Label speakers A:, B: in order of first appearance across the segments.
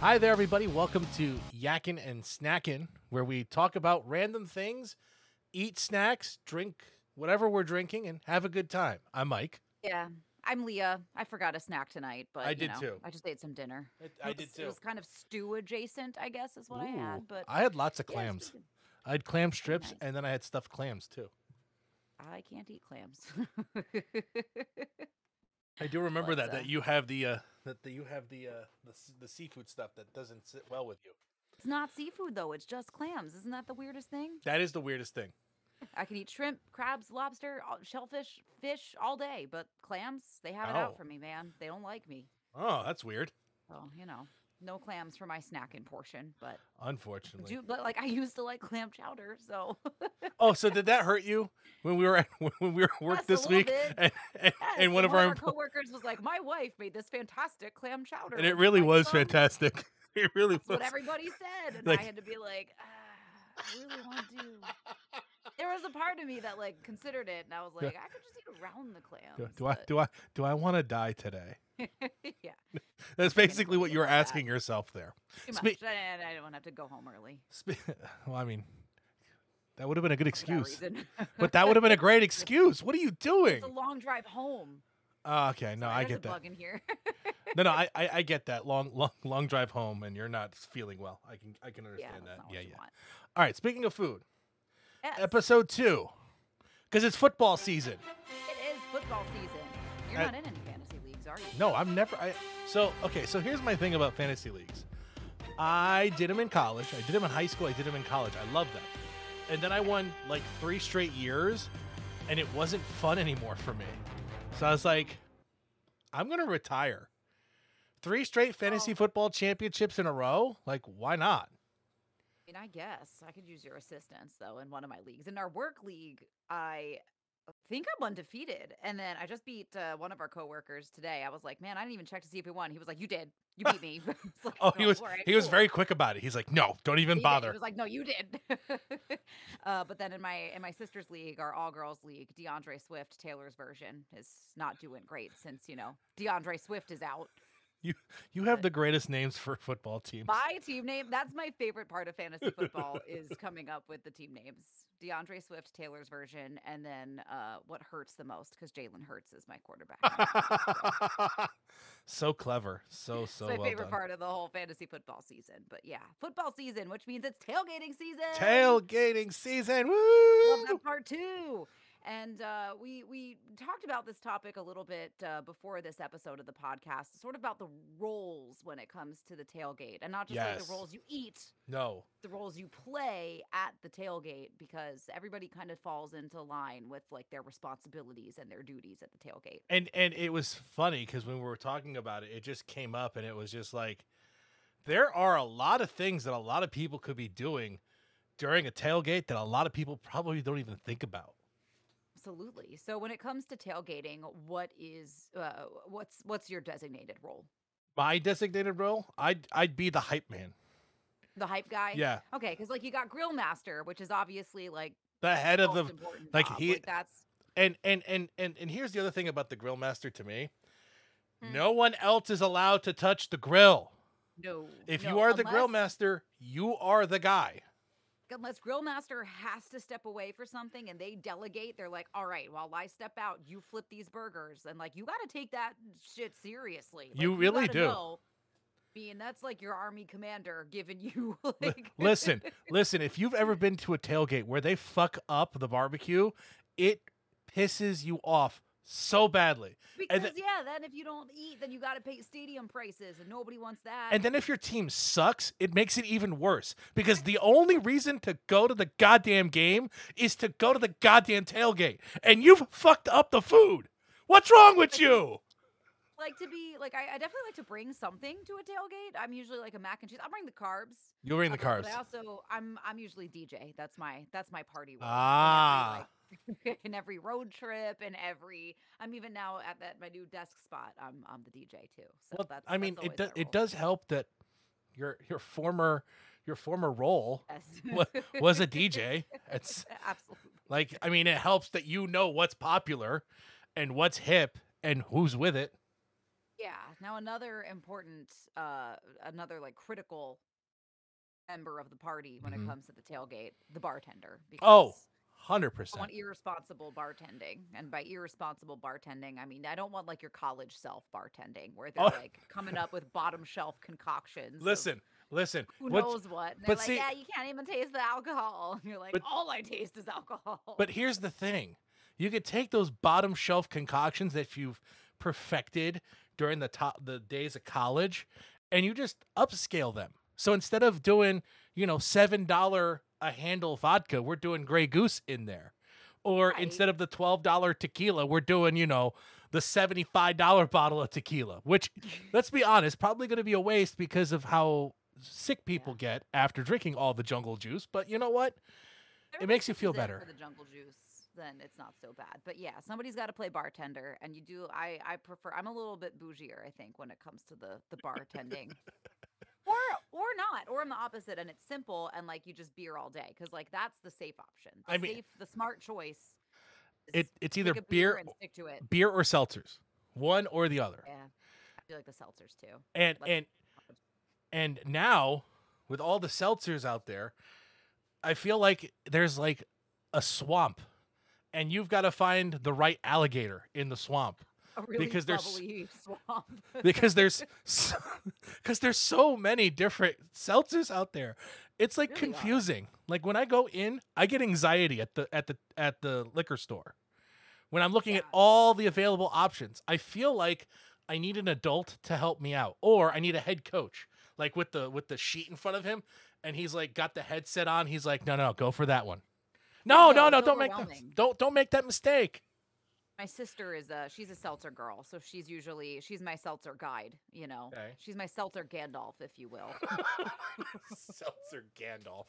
A: Hi there, everybody. Welcome to Yakkin and Snackin', where we talk about random things, eat snacks, drink whatever we're drinking, and have a good time. I'm Mike.
B: Yeah. I'm Leah. I forgot a snack tonight, but
A: I
B: you
A: did
B: know,
A: too.
B: I just ate some dinner.
A: I
B: It was- It was kind of stew adjacent, I guess, is what I had. But
A: I had lots of
B: yeah, it's
A: clams.
B: pretty
A: I had clam strips,
B: nice.
A: and then I had stuffed clams too.
B: good. I can't eat clams.
A: I do remember
B: But,
A: that
B: uh,
A: that you have the uh, that the, you have the, uh, the s- the seafood stuff that doesn't sit well with you.
B: it's not seafood though; it's just clams. Isn't that the weirdest thing?
A: That is the weirdest thing.
B: I could eat shrimp, crabs, lobster, all- shellfish, fish all day, but clams—they have it
A: Ow.
B: out for me, man. They don't like me.
A: Oh, that's weird.
B: So you know, no clams for my snacking portion. But
A: Unfortunately.
B: do but like I used to like clam chowder, so
A: Oh, so did that hurt you when we were at when we were at work
B: Yes, a
A: this
B: little
A: week,
B: bit.
A: and, and,
B: Yes,
A: and one of our employees.
B: coworkers was like, "My wife made this fantastic clam chowder,"
A: and it
B: I'm
A: really
B: like,
A: was
B: "Um,
A: fantastic. It really
B: That's
A: was.
B: what everybody said, and
A: Like-
B: I had to be like, ah, "I really want to." There was a part of me that like considered it, and I was like, "I could just eat around the clams."
A: Do, do I do I do I want to die today?
B: but- yeah,
A: That's
B: gonna
A: basically what
B: feel
A: you were
B: like that.
A: asking yourself there.
B: too
A: Spe-
B: much, and I don't have to go home early.
A: Spe- well, I mean, that would have been a good
B: for that
A: excuse,
B: reason.
A: but that would have been a great excuse. What are you doing?
B: it's a long drive home.
A: Ah, okay, no,
B: Sorry,
A: I
B: there's
A: get
B: a
A: that.
B: Bug in here.
A: No, no, I, I I get that. Long long long drive home, and you're not feeling well. I can I can
B: yeah,
A: understand
B: that's
A: that.
B: not what
A: Yeah,
B: you
A: yeah.
B: want.
A: All right. Speaking of food,
B: Yes,
A: episode two, because it's football season.
B: it is football season. You're
A: Uh,
B: not in any fantasy leagues, are you?
A: No, I'm never. I so okay. So here's my thing about fantasy leagues. I did them in college. I did them in high school. I did them in college. I loved them. And then I won like three straight years, and it wasn't fun anymore for me. So I was like, I'm gonna retire. Three straight fantasy
B: Oh.
A: football championships in a row. Like, why not?
B: I mean, I guess I could use your assistance though in one of my leagues. In our work league, I think I'm undefeated, and then I just beat uh, one of our coworkers today. I was like, "Man, I didn't even check to see if we won." He was like, "You did. You beat me." I was like,
A: Oh, he was
B: all right,
A: he was
B: cool."
A: very quick about it. He's like, no, don't
B: He
A: even
B: did. He
A: bother.
B: was like, "No, you did." uh, but then in my in my sister's league, our all girls league, DeAndre Swift, Taylor's version, is not doing great since you know DeAndre Swift is out.
A: You have the greatest names for football teams.
B: My team name. That's my favorite part of fantasy football is coming up with the team names. DeAndre Swift, Taylor's version, and then uh, what hurts the most because Jalen Hurts is my quarterback. now.
A: so clever. So
B: It's
A: so
B: my
A: well
B: favorite
A: done.
B: part of the whole fantasy football season. But yeah, football season, which means it's tailgating season.
A: Tailgating season.
B: Love
A: Woo!
B: that part too. And uh, we we talked about this topic a little bit uh, before this episode of the podcast, sort of about the roles when it comes to the tailgate, and not just like
A: Yes.
B: the roles you eat,
A: No.
B: the roles you play at the tailgate because everybody kind of falls into line with like their responsibilities and their duties at the tailgate.
A: And and it was funny because when we were talking about it, it just came up and it was just like there are a lot of things that a lot of people could be doing during a tailgate that a lot of people probably don't even think about.
B: Absolutely. So when it comes to tailgating, what is uh, what's what's your designated role?
A: My designated role, I'd I'd be the hype man.
B: The hype guy.
A: Yeah.
B: Okay, because like you got grill master, which is obviously like
A: The head of
B: most
A: the
B: important
A: like,
B: job.
A: he-
B: that's
A: and and and and and here's the other thing about the grill master to me.
B: Hmm.
A: No one else is allowed to touch the grill.
B: no.
A: If you
B: no,
A: are the grill
B: unless-
A: master, you are the guy.
B: unless grill master has to step away for something and they delegate they're like all right while i step out you flip these burgers and like you got to take that shit seriously Like,
A: You really
B: gotta
A: do.
B: know. i mean that's like your army commander giving you
A: Li-
B: like
A: listen, listen, if you've ever been to a tailgate where they fuck up the barbecue, it pisses you off so badly.
B: because
A: and the-
B: yeah then if you don't eat then you got to pay stadium prices and nobody wants that
A: And then if your team sucks, it makes it even worse because the only reason to go to the goddamn game is to go to the goddamn tailgate. And you've fucked up the food. What's wrong with you?
B: like to be like I, I definitely like to bring something to a tailgate i'm usually like a mac and cheese i'll bring the carbs
A: You'll bring the
B: Uh,
A: carbs.
B: But I also I'm I'm usually DJ. That's my that's my party role. in every,
A: Ah.
B: like, in every road trip and every I'm even now at that my new desk spot. I'm I'm the DJ too. So
A: Well,
B: that's
A: I mean,
B: that's
A: it
B: always
A: does
B: my
A: it
B: role.
A: does help that your your former your former role
B: Yes.
A: wa- was a DJ. It's
B: Absolutely.
A: Like, I mean, it helps that you know what's popular and what's hip and who's with it.
B: Yeah, Now another important uh another like critical member of the party when
A: Mhm.
B: it comes to the tailgate, the bartender.
A: Oh,
B: because
A: Hundred
B: I
A: percent.
B: want irresponsible bartending. And by irresponsible bartending, I mean I don't want like your college self bartending where they're
A: Oh.
B: like coming up with bottom shelf concoctions. of
A: Listen, listen.
B: who
A: what's-
B: knows what. And they're
A: but
B: like,
A: see-
B: Yeah, you can't even taste the alcohol. And you're like,
A: but-
B: all I taste is alcohol.
A: But here's the thing you could take those bottom shelf concoctions that you've perfected during the top the days of college and you just upscale them. So instead of doing, you know, seven dollar a handle vodka, we're doing Grey Goose in there. Or
B: Right.
A: instead of the twelve dollar tequila, we're doing, you know, the seventy five dollar bottle of tequila, which let's be honest, probably gonna be a waste because of how sick people get after drinking all the jungle juice. But you know what?
B: Everybody
A: makes you
B: pitches
A: feel
B: in
A: better.
B: for the jungle juice then it's not so bad but yeah somebody's got to play bartender and you do i i prefer i'm a little bit bougier i think when it comes to the the bartending or or not or i'm the opposite and it's simple and like you just beer all day because like that's the safe option the
A: I mean-
B: safe the smart choice
A: It
B: is
A: it's
B: pick
A: either
B: a
A: beer
B: and stick to it
A: beer or seltzers, one or the other.
B: yeah i feel like the seltzers too
A: And
B: Like-
A: and and now with all the seltzers out there, I feel like there's like a swamp, and you've got to find the right alligator in the swamp
B: a really
A: Because there's-
B: bubbly swamp
A: because there's because there's so many different seltzers out there. It's like
B: Really are.
A: confusing. Like when I go in, I get anxiety at the at the at the liquor store. When I'm looking at
B: Yeah.
A: all the available options, I feel like I need an adult to help me out or I need a head coach like with the with the sheet in front of him and he's like got the headset on. He's like, "No, no, go for that one." No,
B: Yeah,
A: no, no,
B: it's
A: don't make that,
B: overwhelming.
A: don't don't make that mistake.
B: my sister is a she's a seltzer girl so she's usually she's my seltzer guide you know
A: Okay.
B: she's my seltzer gandalf if you will
A: Seltzer Gandalf.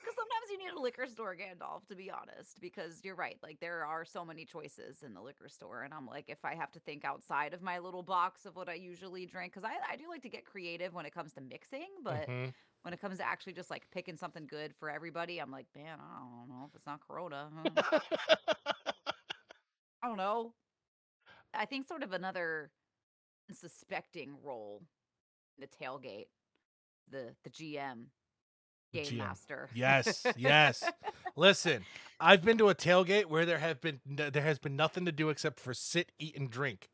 B: because sometimes you need a liquor store gandalf to be honest because you're right like there are so many choices in the liquor store and i'm like if i have to think outside of my little box of what i usually drink because I, I do like to get creative when it comes to mixing but
A: Mhm.
B: when it comes to actually just like picking something good for everybody i'm like man i don't know if it's not corona huh?" I don't know. I think sort of another unsuspecting role, in the tailgate, the the GM,
A: The
B: game
A: GM.
B: master.
A: Yes, yes. Listen, I've been to a tailgate where there have been no- there has been nothing to do except for sit, eat, and drink,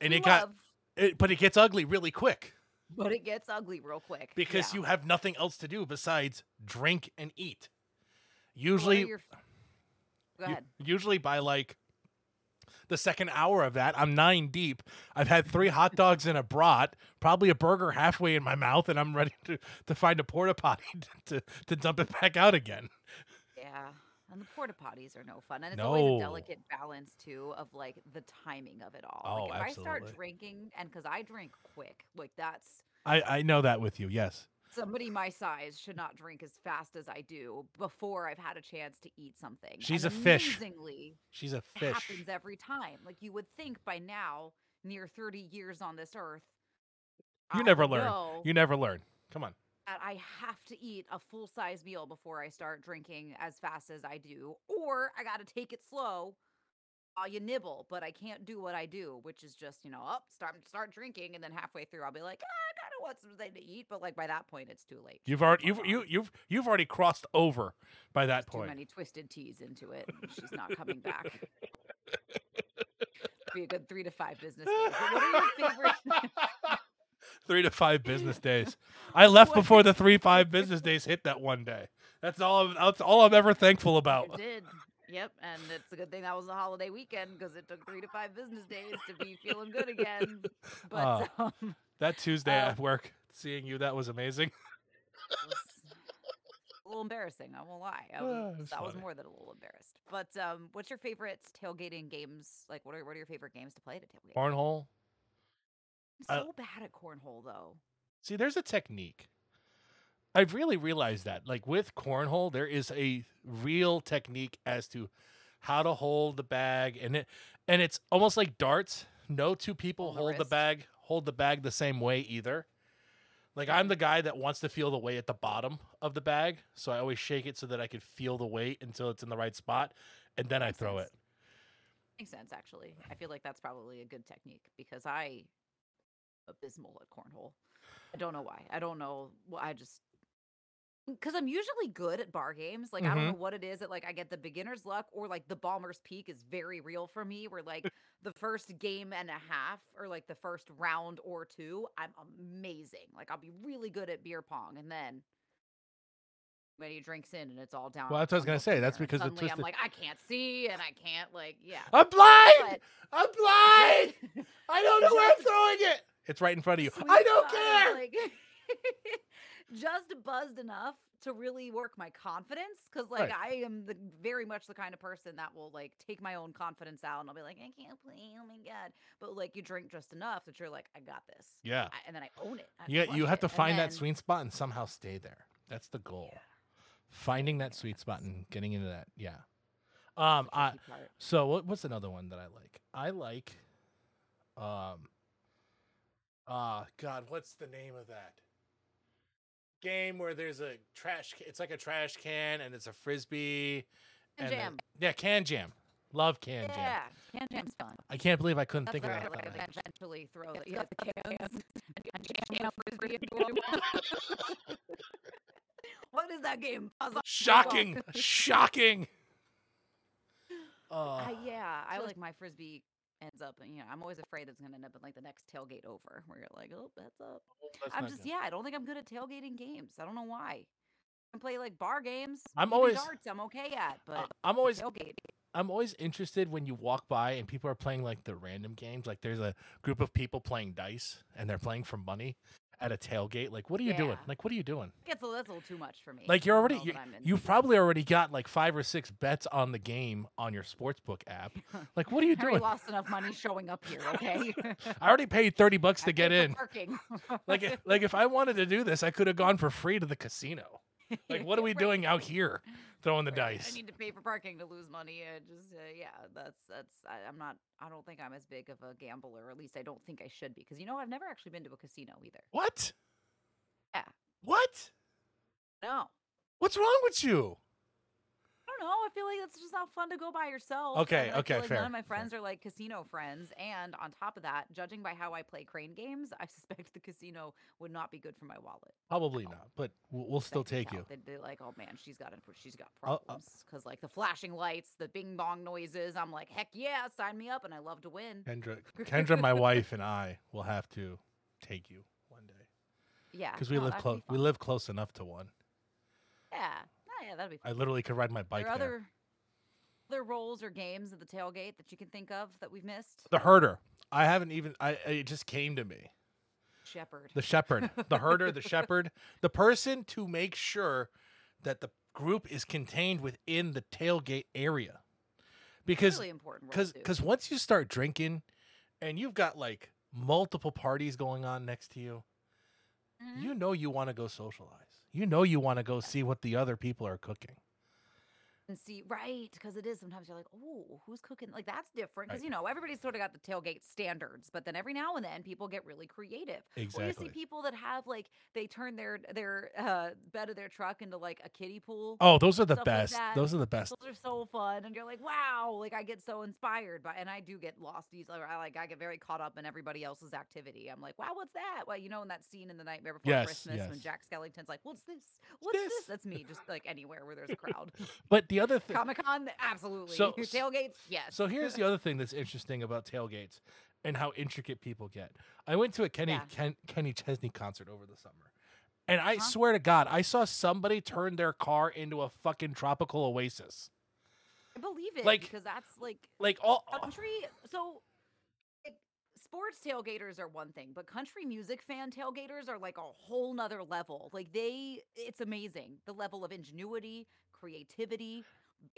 A: and
B: We
A: it got
B: love,
A: it, but it gets ugly really quick
B: but it gets ugly real quick
A: because
B: Yeah.
A: you have nothing else to do besides drink and eat.
B: So what are
A: Usually,
B: your f- go
A: u-
B: ahead.
A: usually by like the second hour of that, I'm nine deep. I've had three hot dogs and a brat, probably a burger halfway in my mouth, and I'm ready to to find a porta potty to to dump it back out again.
B: Yeah. And the porta potties are no fun. And it's always
A: No.
B: a delicate balance too of like the timing of it all.
A: Oh,
B: like if I
A: absolutely.
B: start drinking and cause I drink quick, like that's
A: I I know that with you. Yes.
B: somebody my size should not drink as fast as I do before I've had a chance to eat something.
A: She's
B: and
A: a fish.
B: Amazingly,
A: She's a
B: it
A: fish.
B: happens every time. Like you would think by now, near 30 years on this earth,
A: You
B: I
A: never
B: would
A: learn.
B: know
A: You never learn. Come on.
B: that I have to eat a full size meal before I start drinking as fast as I do, or I got to take it slow. while you nibble, but I can't do what I do, which is just you know up, start start drinking, and then halfway through I'll be like, ah, I kind of want something to eat, but like by that point it's too late.
A: You've
B: She's
A: already
B: long
A: you've,
B: gone.
A: you you've you've already crossed over by that
B: too
A: point.
B: many twisted teas into it. and She's not coming back. Be a good three to five business days. But what are your favorite?
A: three to five business days. I left
B: What
A: before the three five business days hit that one day. That's all. I'm, that's all I'm ever thankful
B: I
A: about.
B: did. Yep, and it's a good thing that was a holiday weekend because it took three to five business days to be feeling good again. But
A: Oh.
B: um,
A: That Tuesday
B: Uh,
A: at work, seeing you, that was amazing.
B: it was a little embarrassing. I won't lie. I
A: Ah,
B: was,
A: it was
B: I was
A: funny.
B: more than a little embarrassed. But um, what's your favorite tailgating games? Like, what are what are your favorite games to play at a tailgate?
A: Cornhole. I-
B: I'm so bad at cornhole though.
A: See, there's a technique. I've really realized that. Like with cornhole, there is a real technique as to how to hold the bag and it and it's almost like darts. No two people
B: Hold the
A: hold the
B: wrist.
A: bag hold the bag the same way either. Like I'm the guy that wants to feel the weight at the bottom of the bag, so I always shake it so that I can feel the weight until it's in the right spot and then I
B: Makes
A: throw
B: sense.
A: it.
B: Makes sense, actually. I feel like that's probably a good technique because I abysmal at cornhole. I don't know why. I don't know. Well, I just because I'm usually good at bar games. Like I don't know
A: Mm-hmm.
B: what it is that like I get the beginner's luck or like the bomber's peak is very real for me. Where like the first game and a half or like the first round or two, I'm amazing. Like I'll be really good at beer pong, and then many drinks in and it's all down.
A: Well, that's what I was gonna
B: downhill from
A: say. That's
B: there, and
A: because the
B: suddenly I'm
A: twisted-
B: like I can't see and I can't like yeah.
A: I'm blind.
B: But-
A: I'm blind. I don't know where I'm
B: Just-
A: throwing it. It's right in front of you.
B: sweet
A: I don't
B: spot of,
A: care.
B: like, just buzzed enough to really work my confidence because, like, I am the very much the kind of person that will like take my own confidence out and I'll be like, I can't play. Oh my god! But like, you drink just enough that you're like, I got this,
A: yeah.
B: I, and then I own it. I
A: You, you
B: crush
A: have
B: it,
A: to
B: and
A: find that
B: then-
A: sweet spot and somehow stay there. That's the goal.
B: Yeah,
A: Finding that sweet spot and getting into that. Yeah. Um.
B: the
A: I,
B: tricky part.
A: so what, what's another one that I like? I like. Um. Uh God, what's the name of that game where there's a trash? ca- It's like a trash can and it's a frisbee.
B: Can
A: and the-
B: jam.
A: yeah, can jam. Love can jam.
B: yeah, can jam's fun.
A: I can't believe I couldn't
B: That's
A: think of
B: right.
A: that.
B: Like,
A: without
B: I
A: that.
B: eventually throw the,
C: It's
B: yeah,
C: got
B: the
C: the
B: cans
C: cans
B: and and jam a frisbee into a wall. What is that game? Puzzle.
A: Shocking! Shocking! Uh,
B: I, yeah, I
C: So-
B: like my frisbee ends up. You know, I'm always afraid it's going to end up in like the next tailgate over, where you're like, oh, that's up.
A: that's
B: I'm
A: not
B: just
A: good.
B: yeah, I don't think I'm good at tailgating games. I don't know why. I can play like bar games.
A: I'm
B: even
A: always-
B: darts. I'm okay at, but
A: I- I'm
B: the
A: always
B: tailgate.
A: I'm always interested when you walk by and people are playing like the random games. Like there's a group of people playing dice and they're playing for money at a tailgate. Like what are you doing?
B: Yeah.
A: Like what are you doing?
B: Gets a that's a little too much for me.
A: Like you're
B: I
A: already
B: know
A: you
B: that I'm in-
A: you've probably already got like five or six bets on the game on your sportsbook app. Like what are you
B: I already
A: doing?
B: lost enough money showing up here. Okay,
A: I already paid thirty bucks to
B: I
A: get
B: paid for
A: in.
B: Parking.
A: Like eh, i- like if I wanted to do this, I could have gone for free to the casino. Like what are we
B: Right.
A: doing out here throwing the
B: Right,
A: dice?
B: I need to pay for parking to lose money. I just, uh, yeah, that's that's. I, I'm not. I don't think I'm as big of a gambler. Or at least I don't think I should be. Because you know, I've never actually been to a casino either.
A: What?
B: Yeah.
A: What?
B: No,
A: What's wrong with you?
B: I don't know. I feel like that's just not fun to go by yourself. and
A: Okay,
B: then I feel
A: okay,
B: like
A: fair,
B: None of my
A: fair.
B: friends are like casino friends, and on top of that, judging by how I play crane games, I suspect the casino would not be good for my wallet.
A: Probably
B: No.
A: not, but we'll, we'll still
B: bank
A: take you. Uh,
B: account. They'd be like, "Oh man, she's got input. She's got
A: I'll- I'll-
B: problems." Because like the flashing lights, the bing bong noises, I'm like, "Heck yeah, sign me up!" And I love to win.
A: Kendra, Kendra, my wife and I will have to take you one day
B: Yeah,
A: because we
B: no,
A: live
B: that could
A: close.
B: be
A: We
B: fun.
A: live close enough to one.
B: Yeah, oh, yeah, that'd be
A: I
B: fun.
A: literally could ride my
B: Are
A: bike
B: there
A: there.
B: other other roles or games at the tailgate that you can think of that we've missed?
A: The herder. I haven't even. I it just came to me.
B: Shepherd.
A: The shepherd, the herder, the shepherd, the person to make sure that the group is contained within the tailgate area, because
B: really important role
A: because
B: too.
A: because once you start drinking, and you've got like multiple parties going on next to you,
B: Mhm.
A: you know you want to go socialize. You know you want to go see what the other people are cooking.
B: and see right because it is sometimes you're like oh who's cooking like that's different because
A: Right.
B: you know everybody's sort of got the tailgate standards but then every now and then people get really creative Or you see people that have like they turn their their uh, bed of their truck into like a kiddie pool.
A: Oh, those are the
B: stuff like
A: best.
B: that.
A: those are the best.
B: Those are so fun, and you're like, wow! Like I get so inspired by, and I do get lost easily. or I like I get very caught up in everybody else's activity. I'm like, wow, what's that? Well, you know, in that scene in The Nightmare Before
A: Yes,
B: Christmas when
A: yes.
B: Jack Skellington's like, what's this? What's
A: this?
B: this? That's me, just like anywhere where there's a crowd.
A: But the other thing.
B: Comic Con, absolutely.
A: So-
B: Your
A: s-
B: tailgates, yes.
A: So here's the other thing that's interesting about tailgates and how intricate people get. I went to a Kenny
B: Yeah.
A: Ken, Kenny Chesney concert over the summer. And I
B: Uh-huh.
A: swear to God, I saw somebody turn their car into a fucking tropical oasis.
B: I believe it
A: like-
B: because that's like
A: Like all
B: country so like, sports tailgaters are one thing but country music fan tailgaters are like a whole nother level like they it's amazing the level of ingenuity creativity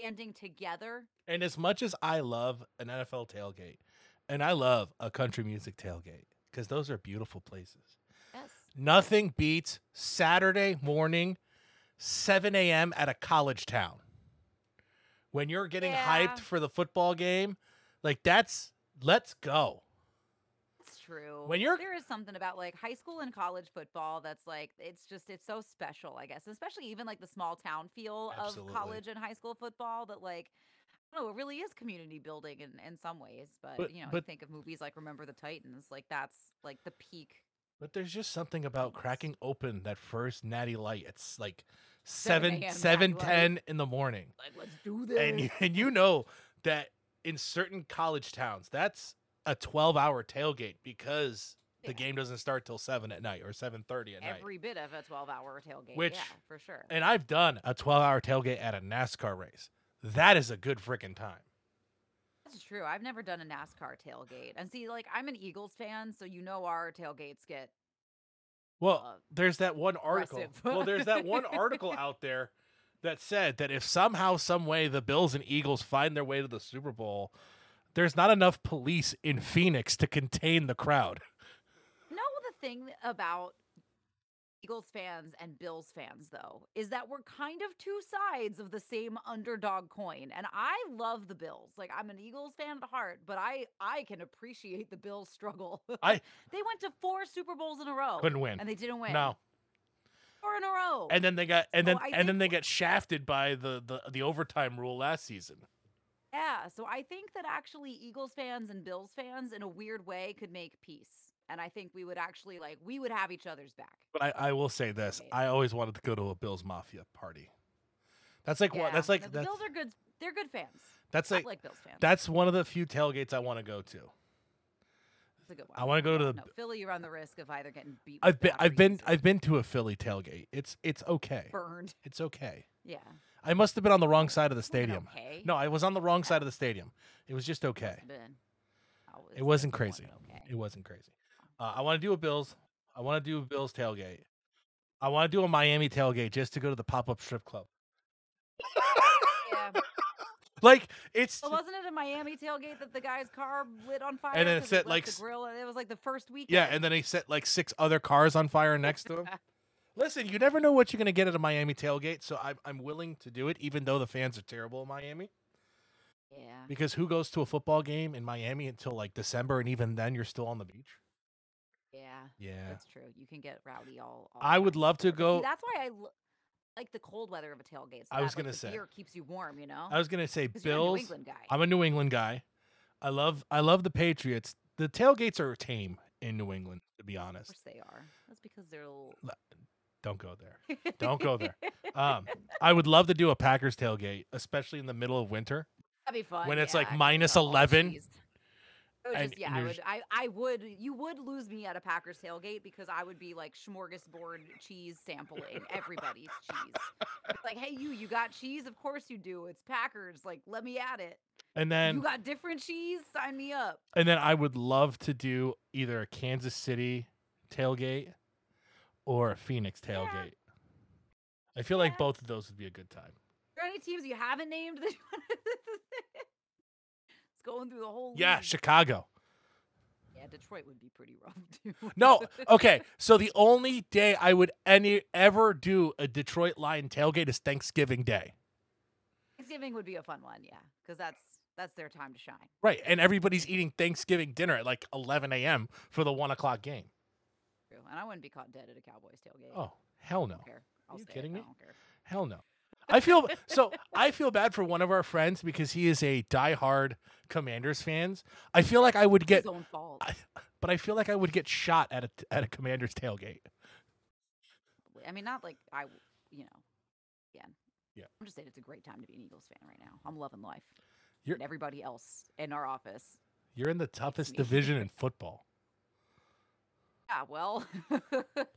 B: banding together
A: and as much as I love an NFL tailgate and I love a country music tailgate cuz those are beautiful places.
B: yes
A: Nothing beats Saturday morning, 7 a.m. at a college town. When you're getting
B: Yeah.
A: hyped for the football game, like that's let's go.
B: it's true
A: When you're-
B: there is something about like high school and college football that's like it's just it's so special i guess especially even like the small town feel
A: Absolutely.
B: of college and high school football that like don't know. It really is community building in, in some ways, but,
A: But-
B: you know,
A: but-
B: you think of movies like Remember the Titans, like that's like the peak.
A: But there's just something about
B: Thanks.
A: cracking open that first natty light. It's like
B: 7
A: seven
B: a.m.
A: seven
B: Natty Light.
A: ten in the morning.
B: Like, let's do this.
A: And you, and you know that in certain college towns, that's a 12 hour tailgate because the
B: Yeah.
A: game doesn't start till 7 at night or 7.30 at night.
B: every bit of a 12 hour tailgate.
A: Which-
B: yeah, for sure.
A: And I've done a 12 hour tailgate at a NASCAR race. That is a good freaking time.
B: That's true. I've never done a NASCAR tailgate. And see, like, I'm an Eagles fan, so you know our tailgates get
A: Well,
B: uh,
A: there's that one article.
B: aggressive.
A: well, there's that one article out there that said that if somehow, some way, the Bills and Eagles find their way to the Super Bowl, there's not enough police in Phoenix to contain the crowd.
B: No, the thing about Eagles fans and Bills fans, though, is that we're kind of two sides of the same underdog coin. And I love the Bills. Like I'm an Eagles fan at heart, but I I can appreciate the Bills struggle.
A: I-
B: they went to four Super Bowls in a row
A: Couldn't win.
B: and they didn't win.
A: No.
B: four in a row.
A: and then they got and
B: So
A: then
B: I
A: and then
B: think-
A: they got shafted by the, the the overtime rule last season.
B: yeah, so I think that actually Eagles fans and Bills fans, in a weird way, could make peace. And I think we would actually like we would have each other's back.
A: But I, I will say this:
B: Right.
A: I always wanted to go to a Bills Mafia party. That's like one.
B: Yeah,
A: That's
B: no,
A: like
B: the
A: that's,
B: Bills are good. They're good fans.
A: that's
B: I
A: like
B: like Bills fans.
A: that's one of the few tailgates I want to go to.
B: That's a good one.
A: I want to go to the.
B: No, Philly, you run the risk of either getting beat. with
A: I've been I've been
B: boundaries or
A: I've been to a Philly tailgate. It's it's okay.
B: burned.
A: It's okay.
B: Yeah.
A: I must have been on the wrong side of the
B: It's not been
A: stadium.
B: Okay.
A: No, I was on the wrong side of the stadium. It was just
B: Must
A: okay.
B: have been. Oh, it's-
A: It wasn't
B: it's more
A: crazy.
B: than
A: It
B: Okay.
A: wasn't crazy. Uh, I want to do a Bills. I want to do a Bills tailgate. I want to do a Miami tailgate just to go to the pop up strip club.
B: Yeah.
A: like it's
B: Well, wasn't it a Miami tailgate that the guy's car lit on fire?
A: And then it
B: 'cause
A: set,
B: left
A: like,
B: the
A: s-
B: grill, and it was like the first weekend.
A: yeah, and then they set like six other cars on fire next to him. Listen, you never know what you're gonna get at a Miami tailgate, so I'm I'm willing to do it, even though the fans are terrible in Miami.
B: yeah.
A: Because who goes to a football game in Miami until like December, and even then you're still on the beach?
B: Yeah.
A: Yeah,
B: That's true. You can get rowdy all. all
A: I would
B: kinds of
A: love to
B: weather.
A: go.
B: See, that's why I l- like the cold weather of a tailgate. so
A: I was
B: that, like,
A: gonna
B: the
A: say-
B: beer keeps you warm. You know.
A: I was gonna say
B: 'Cause you're a New
A: Bills.
B: England guy.
A: I'm a New England guy. I love I love the Patriots. The tailgates are tame in New England, to be
B: Of
A: honest.
B: course they are. That's because they're. Little...
A: Don't go there. Don't go there. Um, I would love to do a Packers tailgate, especially in the middle of winter.
B: That'd be fun.
A: When it's,
B: yeah,
A: like,
B: I could
A: minus
B: go, oh,
A: 11,
B: jeez. It was
A: and-
B: just, yeah,
A: and
B: I
A: you're
B: would, I, I would, you would lose me at a Packers tailgate because I would be like smorgasbord cheese sampling everybody's cheese. It's like, hey, you, you got cheese? Of course you do. It's Packers. Like, let me at it.
A: And then
B: you got different cheese? Sign me up.
A: and then I would love to do either a Kansas City tailgate or a Phoenix tailgate. I feel like
B: Yeah.
A: both of those would be a good time.
B: Are there any teams you haven't named? that you wanna- it's going through the whole.
A: Yeah,
B: league.
A: Chicago.
B: yeah, Detroit would be pretty rough too.
A: No, uh okay. So the only day I would any ever do a Detroit Lion tailgate is Thanksgiving Day.
B: Thanksgiving would be a fun one, yeah, because that's that's their time to shine.
A: Right. And everybody's eating Thanksgiving dinner at like eleven AM for the one o'clock game.
B: True. And I wouldn't be caught dead at a Cowboys tailgate.
A: Oh, hell no.
B: don't care. I'll
A: you
B: say it,
A: kidding
B: I
A: me?
B: don't care.
A: Hell no. I feel so I feel bad for one of our friends because he is a diehard Commanders fans. I feel like I would get
B: His own fault.
A: I- but I feel like I would get shot at a at a Commanders tailgate.
B: probably. I mean, not like I, w- you know, again.
A: Yeah.
B: I'm just saying it's a great time to be an Eagles fan right now. I'm loving life.
A: You're-
B: and everybody else in our office.
A: You're in the toughest
B: me.
A: division in football.
B: Yeah, well.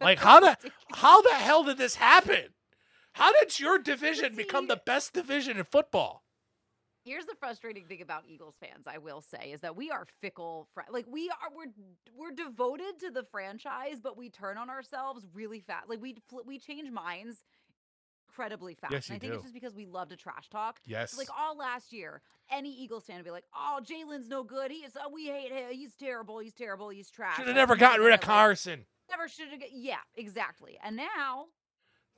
A: Like, how the- How the hell did this happen? How did your division
B: see,
A: become the best division in football?
B: Here's the frustrating thing about Eagles fans, I will say, is that we are fickle. Fr- like we are, we're we're devoted to the franchise, but we turn on ourselves really fast. Like we fl- we change minds incredibly fast.
A: Yes,
B: and
A: you
B: I think
A: do.
B: it's just because we love to trash talk.
A: Yes.
B: Like all last year, any Eagles fan would be like, "Oh, Jalen's no good. He is. Oh, we hate him. He's terrible. He's terrible. He's trash."
A: Should have
B: Like,
A: never
B: he's
A: gotten rid of
B: gonna, like,
A: Carson.
B: Never should have. Yeah, exactly. And now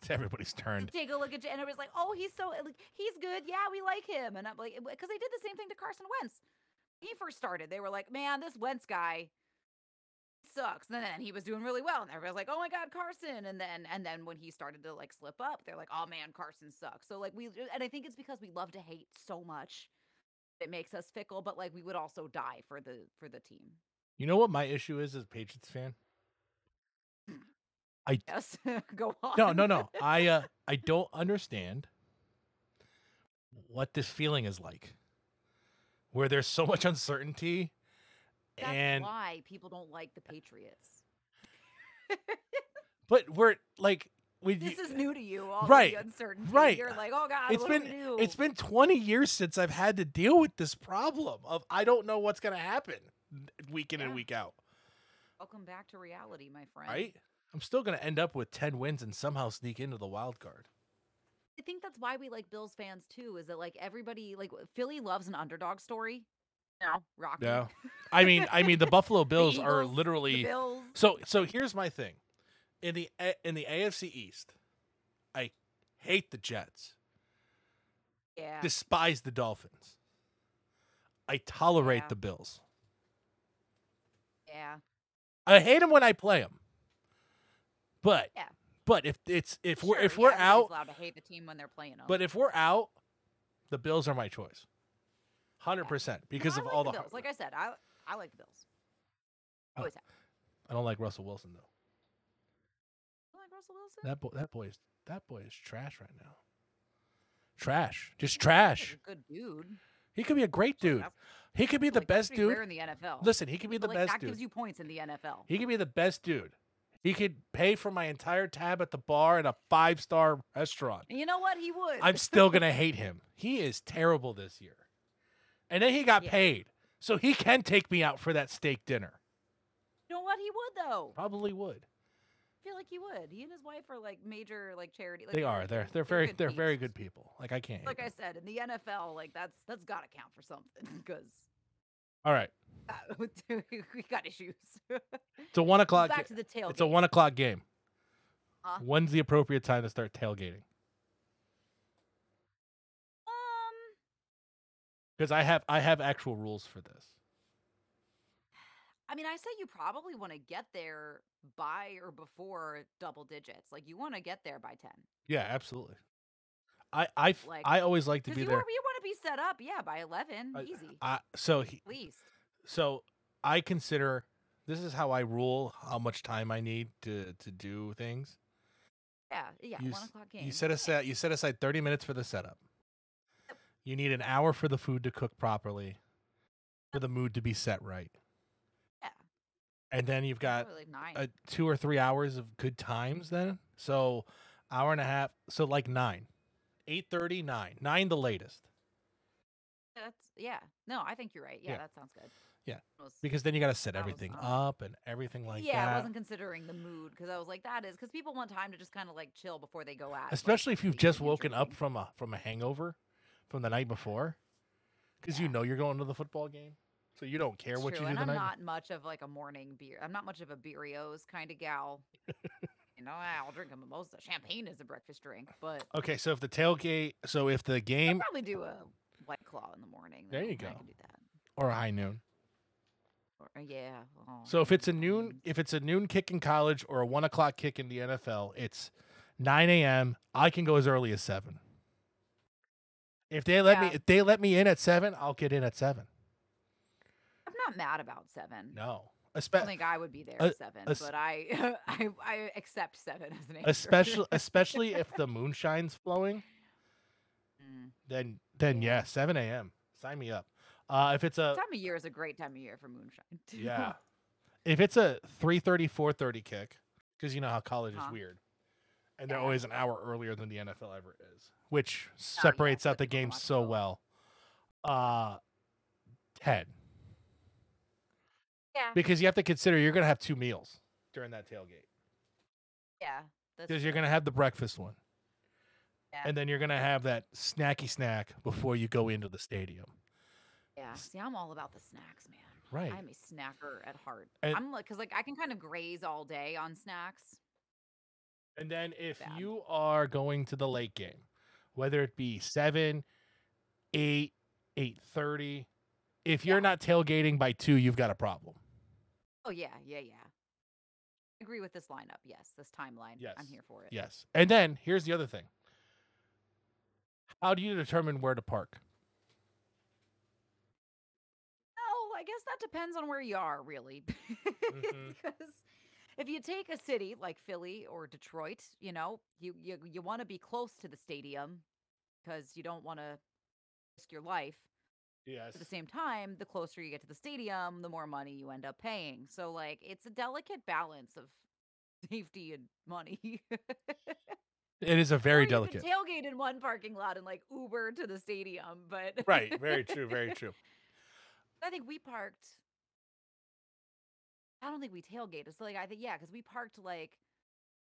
A: It's everybody's
B: you
A: turned.
B: take a look at J- and everybody's like, "Oh, he's so like he's good. Yeah, we like him." And I'm like, because they did the same thing to Carson Wentz. He first started. They were like, "Man, this Wentz guy sucks." And then he was doing really well, and everybody's like, "Oh my God, Carson!" And then and then when he started to like slip up, they're like, "Oh man, Carson sucks." So like we and I think it's because we love to hate so much it makes us fickle, but like we would also die for the for the team.
A: You know what my issue is as a Patriots fan?
B: Yes, go on.
A: No, no, no. I uh, I don't understand what this feeling is like, where there's so much uncertainty,
B: That's
A: and
B: why people don't like the Patriots.
A: but we're like we.
B: This is new to you, all
A: Right,
B: of the uncertainty.
A: right.
B: You're like, oh god,
A: It's
B: what
A: been
B: do we do?
A: it's been 20 years since I've had to deal with this problem of I don't know what's gonna happen week in and
B: Yeah.
A: week out.
B: Welcome back to reality, my friend.
A: Right? I'm still gonna end up with 10 wins and somehow sneak into the wild card.
B: I think that's why we like Bills fans too. Is that like everybody like Philly loves an underdog story? No, Rocky.
A: No. I mean, I mean the Buffalo Bills are
B: Eagles, the
A: literally
B: Bills.
A: So so here's my thing. In the A- in the AFC East, I hate the Jets.
B: Yeah.
A: Despise the Dolphins. I tolerate
B: Yeah.
A: the Bills.
B: yeah.
A: I hate them when I play them. But
B: Yeah.
A: but if it's if we're
B: Sure,
A: if we're
B: yeah, everybody's
A: out,
B: allowed to hate the team when they're playing them.
A: but if we're out, the Bills are my choice. 100% because
B: I
A: of
B: like
A: all
B: the
A: the
B: Bills.
A: hard
B: Like
A: work.
B: I said, I I like the Bills.
A: Oh.
B: Always have.
A: I don't like Russell Wilson though.
B: You like Russell Wilson?
A: That boy that boy is that boy is trash right now. Trash. Just
B: He's
A: trash.
B: a good dude.
A: He could be a great dude.
B: That's
A: He could be the
B: like,
A: best
B: pretty
A: dude.
B: rare in the NFL.
A: Listen, he could be
B: But,
A: the
B: like,
A: best
B: that gives
A: dude.
B: you points in the NFL.
A: He could be the best dude. He could pay for my entire tab at the bar in a five star restaurant.
B: And you know what? He would.
A: I'm still gonna hate him. He is terrible this year. And then he got
B: Yeah.
A: paid. So he can take me out for that steak dinner.
B: you know what? He would though.
A: Probably would.
B: I feel like he would. He and his wife are like major like charity. Like,
A: They are. They're they're
B: they're
A: very
B: good
A: they're very
B: peeps.
A: good people. Like I can't. hate
B: Like I
A: them.
B: said, in the NFL, like that's that's got to count for something because
A: All right.
B: uh, we got issues.
A: It's a one o'clock.
B: Back
A: ga-
B: to the tailgate.
A: It's a one o'clock game.
B: Huh?
A: When's the appropriate time to start tailgating?
B: Um,
A: Because I have I have actual rules for this.
B: I mean, I say you probably want to get there by or before double digits. Like you want to get there by ten.
A: Yeah, absolutely. I I f-
B: Like-
A: I always like to
B: Because
A: be
B: you,
A: there.
B: are- you want to be set up, yeah, by eleven,
A: I-
B: easy,
A: I, so he,
B: at least.
A: so I consider this is how I rule how much time I need to to do things.
B: Yeah, yeah,
A: you
B: one
A: s-
B: o'clock game.
A: You set aside you set aside thirty minutes for the setup. You need an hour for the food to cook properly, for the mood to be set right,
B: Yeah,
A: and then you've got
B: probably like nine.
A: a two or three hours of good times then so hour and a half so like nine 8.30 9 9 the latest
B: that's yeah. No, I think you're right. Yeah,
A: Yeah.
B: that sounds good.
A: Yeah,
B: Almost-
A: because then you got to set
B: That was
A: everything
B: fun.
A: up and everything like
B: yeah, I
A: that
B: wasn't considering the mood because I was like, that is because people want time to just kind of like chill before they go out.
A: especially if you've
B: eating
A: just
B: and
A: woken up
B: drinking.
A: from a from a hangover from the night before because you
B: Yeah.
A: know you're going to the football game so you don't care
B: It's
A: what you
B: true,
A: do
B: and
A: the
B: I'm
A: night
B: not much of like a morning beer. I'm not much of a beerios kind of gal. you know, I'll drink a mimosa. Champagne is a breakfast drink, but
A: before. okay so if the tailgate so if the
B: I'll
A: game
B: probably do a white claw in the morning.
A: There
B: though.
A: you
B: I
A: go.
B: can do that.
A: or high noon
B: Or, uh, yeah. oh,
A: so if it's a
B: I
A: noon
B: mean,
A: if it's a noon kick in college or a one o'clock kick in the nfl it's 9 a.m i can go as early as 7 if they let me
B: Yeah.
A: if they let me in at 7 i'll get in at 7
B: I'm not mad about seven.
A: no
B: I don't
A: especially
B: think I would be there
A: a-
B: at seven,
A: a s-
B: but I, I I accept seven as an answer.
A: especially especially if the moonshine's flowing
B: Mm.
A: then then
B: Yeah.
A: yeah, 7 a.m. Sign me up. Uh, if it's a
B: time of year is a great time of year for moonshine. too.
A: yeah, if it's a 3:30 4:30 kick, because you know how college
B: Huh.
A: is weird, and they're
B: Uh-huh. Yeah. Oh,
A: always an hour earlier than the NFL ever is, which
B: yeah,
A: separates
B: so
A: out the
B: people can
A: game
B: watch
A: so
B: both.
A: well. Uh, 10
B: yeah,
A: because you have to consider you're gonna have two meals during that tailgate
B: yeah. that's
A: because you're
B: true.
A: gonna have the breakfast one,
B: Yeah.
A: and then you're gonna have that snacky snack before you go into the stadium.
B: Yeah.
A: s-
B: See, I'm all about the snacks, man.
A: Right.
B: I'm a snacker at heart.
A: And-
B: I'm like, cause like I can kind of graze all day on snacks.
A: And then if
B: Bad.
A: you are going to the late game, whether it be seven, eight, eight thirty, if you're
B: Yeah.
A: not tailgating by two, you've got a problem.
B: Oh yeah, yeah, yeah. Agree with this lineup. Yes, this timeline. I'm
A: Yes.
B: here for it.
A: Yes. And then here's the other thing. How do you determine where to park?
B: guess that depends on where you are, really.
A: Mhm.
B: because if you take a city like Philly or Detroit, you know, you you, you want to be close to the stadium because you don't want to risk your life.
A: Yes.
B: At the same time, the closer you get to the stadium, the more money you end up paying. So like it's a delicate balance of safety and money.
A: It is a very
B: Or you
A: delicate.
B: Could tailgate in one parking lot and like Uber to the stadium, but
A: right. Very true. Very true.
B: I think we parked. I don't think we tailgated. So like I think yeah, because we parked like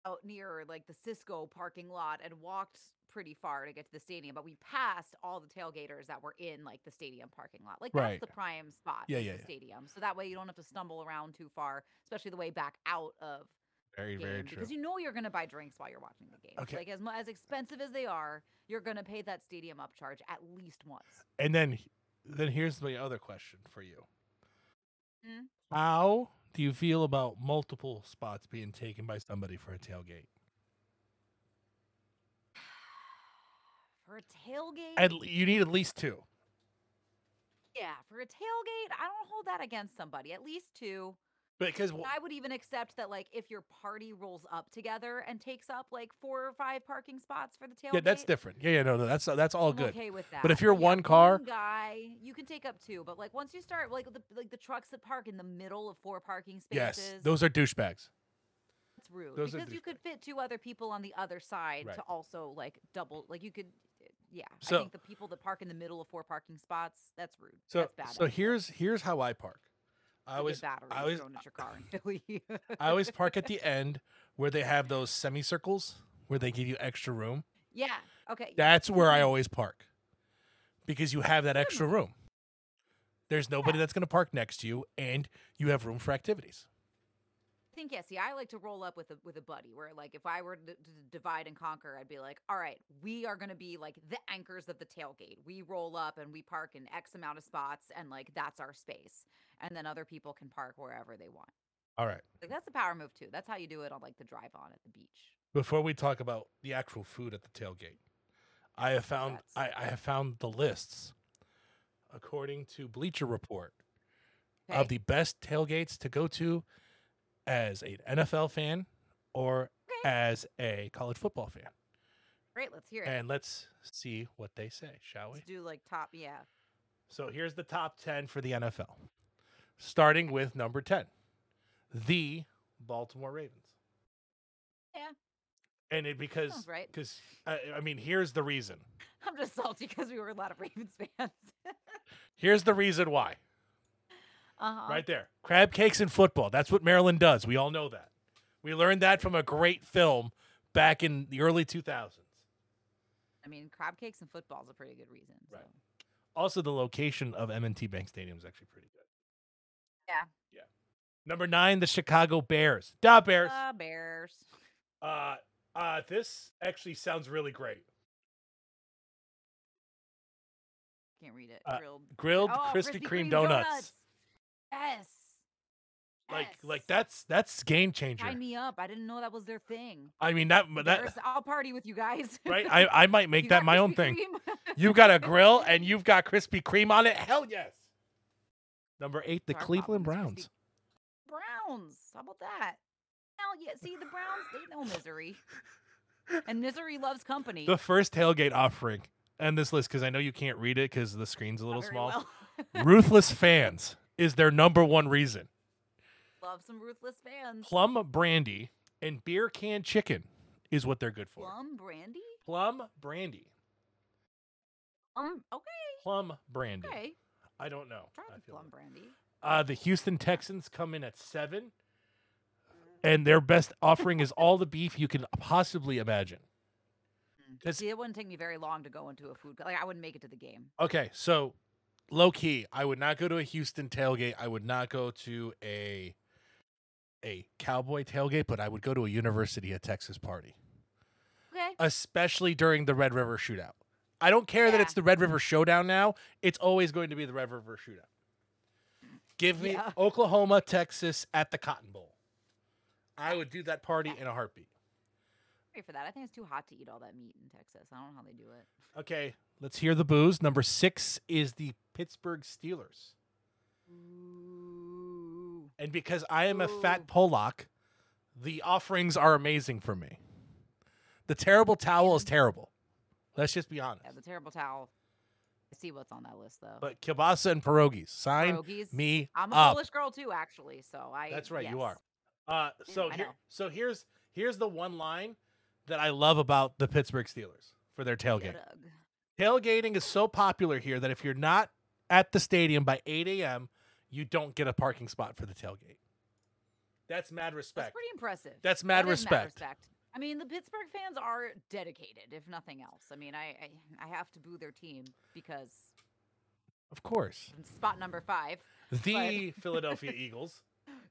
B: out near like the Cisco parking lot and walked pretty far to get to the stadium, but we passed all the tailgaters that were in like the stadium parking lot. Like
A: Right.
B: that's the prime spot.
A: Yeah,
B: is
A: yeah,
B: the
A: yeah.
B: Stadium. So that way you don't have to stumble around too far, especially the way back out of
A: Very, very
B: game,
A: true.
B: because you know you're gonna buy drinks while you're watching the game.
A: Okay.
B: Like as mu- as expensive as they are, you're gonna pay that stadium upcharge at least once.
A: And then, then here's my other question for you.
B: Mm.
A: How do you feel about multiple spots being taken by somebody for a tailgate?
B: For a tailgate,
A: At, l- you need at least two.
B: yeah, for a tailgate, I don't hold that against somebody. At least two.
A: Because wh-
B: I would even accept that, like, if your party rolls up together and takes up like four or five parking spots for the tailgate,
A: yeah, that's different. Yeah, yeah, no, no, that's that's all
B: I'm
A: good.
B: okay with that.
A: if you're one car-
B: guy, you can take up two. But like once you start, like the like the trucks that park in the middle of four parking spaces,
A: Yes, those are douchebags.
B: That's rude.
A: Those are
B: because you could fit two other people on the other side
A: Right.
B: to also like double. Like you could, yeah.
A: So-
B: I think the people that park in the middle of four parking spots, that's rude.
A: So
B: that's bad.
A: so here's here's how I park. I always
B: battery
A: I always-
B: thrown at your car in Philly.
A: I always park at the end where they have those semicircles where they give you extra room.
B: yeah. Okay. yeah,
A: That's where
B: mm-hmm.
A: I always park because you have that extra room. There's nobody
B: Hmm. Yeah.
A: that's going to park next to you, and you have room for activities.
B: I think yeah. See, I like to roll up with a with a buddy. Where like if I were to, to divide and conquer, I'd be like, all right, we are gonna be like the anchors of the tailgate. We roll up and we park in X amount of spots, and like that's our space. And then other people can park wherever they want.
A: All right.
B: Like that's a power move too. That's how you do it on like the drive on at the beach.
A: Before we talk about the actual food at the tailgate, I have found I,
B: That's-
A: I have found the lists according to Bleacher Report of
B: Okay.
A: the best tailgates to go to as an NFL fan or
B: okay.
A: as a college football fan.
B: Great. Let's hear it.
A: And let's see what they say, shall we?
B: let's do like top. Yeah.
A: So here's the top 10 for the NFL, starting with number 10, the Baltimore Ravens.
B: Yeah.
A: And it because
B: Sounds right.
A: because uh, I, I mean here's the reason.
B: I'm just salty because we were a lot of Ravens fans.
A: Here's the reason why.
B: uh-huh.
A: Right there. Crab cakes and football. That's what Maryland does. We all know that. We learned that from a great film back in the early 2000s.
B: I mean, crab cakes and football is a pretty good reason.
A: Right.
B: so.
A: Also the location of M&T Bank Stadium is actually pretty good.
B: Yeah.
A: Yeah. Number 9, the Chicago Bears. Da Bears.
B: Uh, Bears.
A: Uh, uh, this actually sounds really great.
B: Can't read it.
A: Uh,
B: Grilled.
A: Grilled
B: Oh,
A: Krispy Kreme donuts.
B: Yes.
A: Like, like
B: Yes.
A: that's that's game changer.
B: Sign me up. I didn't know that was their thing.
A: I mean that but that
B: Bears, I'll party with you guys.
A: right. I I might make
B: You
A: that
B: got
A: my own
B: Krispy
A: thing.
B: Kreme?
A: You've got a grill and you've got Krispy Kreme on it. Hell yes. Number eight, the
B: Our problem
A: Cleveland
B: is Krispy-
A: Browns.
B: Browns. How about that? Now, yeah, see, the Browns, they know misery. And misery loves company.
A: The first tailgate offering and this list because I know you can't read it because the screen's a
B: Not
A: little
B: very
A: small.
B: well.
A: Ruthless fans is their number one reason.
B: Love some ruthless fans.
A: Plum brandy and beer can chicken is what they're good for.
B: Plum brandy?
A: Plum brandy.
B: Um, okay,
A: Plum brandy.
B: okay.
A: I don't know.
B: Try
A: I
B: the
A: feel
B: plum
A: like-
B: brandy.
A: Uh, the Houston Texans come in at seven, and their best offering is all the beef you can possibly imagine. That's-
B: See, it wouldn't take me very long to go into a food. co- Like, I wouldn't make it to the game.
A: Okay, so low key, I would not go to a Houston tailgate. I would not go to a a cowboy tailgate, but I would go to a University of Texas party,
B: Okay.
A: especially during the Red River Shootout. I don't care that
B: Yeah.
A: it's the Red River Showdown now; it's always going to be the Red River Shootout. Give me
B: Yeah.
A: Oklahoma, Texas at the Cotton Bowl. I would do that party in a heartbeat.
B: Sorry for that. I think it's too hot to eat all that meat in Texas. I don't know how they do it.
A: Okay, let's hear the booze. Number six is the Pittsburgh Steelers.
B: Ooh.
A: And because I am a fat
B: Ooh.
A: Polak, the offerings are amazing for me. The terrible towel is terrible. Let's just be honest.
B: Yeah, the terrible towel. I see what's on that list though.
A: But kielbasa and pierogies, sign
B: Pierogies.
A: me
B: I'm a
A: up.
B: Polish girl too, actually. So I.
A: That's right, you
B: yes.
A: are. Uh, so
B: I
A: here,
B: know.
A: so here's here's the one line that I love about the Pittsburgh Steelers for their tailgate.
B: Ugh.
A: Tailgating is so popular here that if you're not at the stadium by 8 a.m., you don't get a parking spot for the tailgate. That's mad
B: That's
A: respect.
B: pretty impressive.
A: That's
B: That
A: mad
B: is
A: respect.
B: I mean, the Pittsburgh fans are dedicated, if nothing else. I mean, I I, I have to boo their team because
A: Of course.
B: spot number five.
A: The Philadelphia Eagles.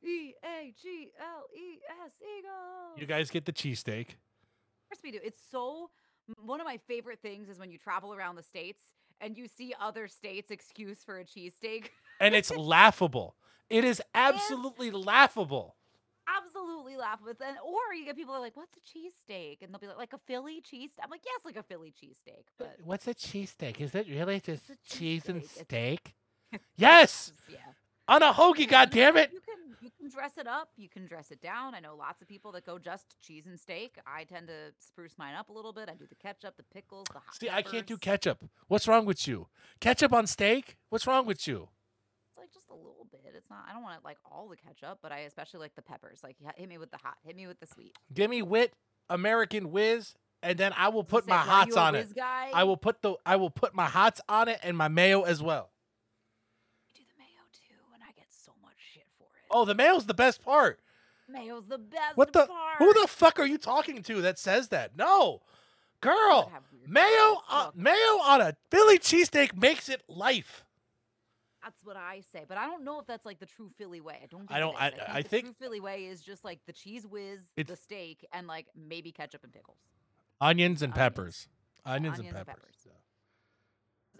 B: E A G L E S Eagles.
A: You guys get the cheesesteak.
B: Of course we do. It's so m- one of my favorite things is when you travel around the states and you see other states' excuse for a cheesesteak.
A: And it's laughable. It is absolutely laughable.
B: Absolutely laugh with and or you get people that are like, "What's a cheesesteak?" and they'll be like, "Like a Philly cheese." I'm like, "Yes, like a Philly cheesesteak."
A: Uh,
B: But
A: What's a cheesesteak? Is it really just
B: a
A: cheese and
B: cheesesteak.
A: steak? Yes!
B: just- yeah.
A: On a hoagie,
B: damn
A: goddammit!
B: You can you can dress it up, you can dress it down. I know lots of people that go just cheese and steak. I tend to spruce mine up a little bit. I do the ketchup, the pickles, the hot
A: See, I can't do
B: peppers.
A: ketchup. What's wrong with you? Ketchup on steak? What's wrong with you?
B: It's like just a little bit. It's not. I don't want it like all the ketchup, but I especially like the peppers. Like yeah, hit me with the hot, hit me with the sweet.
A: Give me wit, American whiz, and then I will
B: As you
A: put
B: say,
A: my
B: so are you
A: hots
B: a
A: on it.
B: whiz Guy?
A: I will put the I will put my hots on it and my mayo as well.
B: I do the mayo too, and I get so much shit for it.
A: Oh, the mayo's the best part.
B: mayo's the best.
A: What the
B: Part.
A: Who the fuck are you talking to that says that? No.
B: I would
A: Girl,
B: have weird
A: mayo
B: thoughts.
A: on,
B: Look,
A: mayo on a Philly cheesesteak makes it life.
B: That's what I say, but I don't know if that's like the true Philly way. I don't. Think
A: I don't-
B: It
A: I-
B: is. think
A: I
B: the
A: think-
B: true Philly way is just like the cheese whiz, the
A: It's-
B: steak, and like maybe ketchup and pickles.
A: Onions and
B: Onions.
A: peppers. Onions,
B: Onions
A: and
B: and
A: peppers.
B: peppers.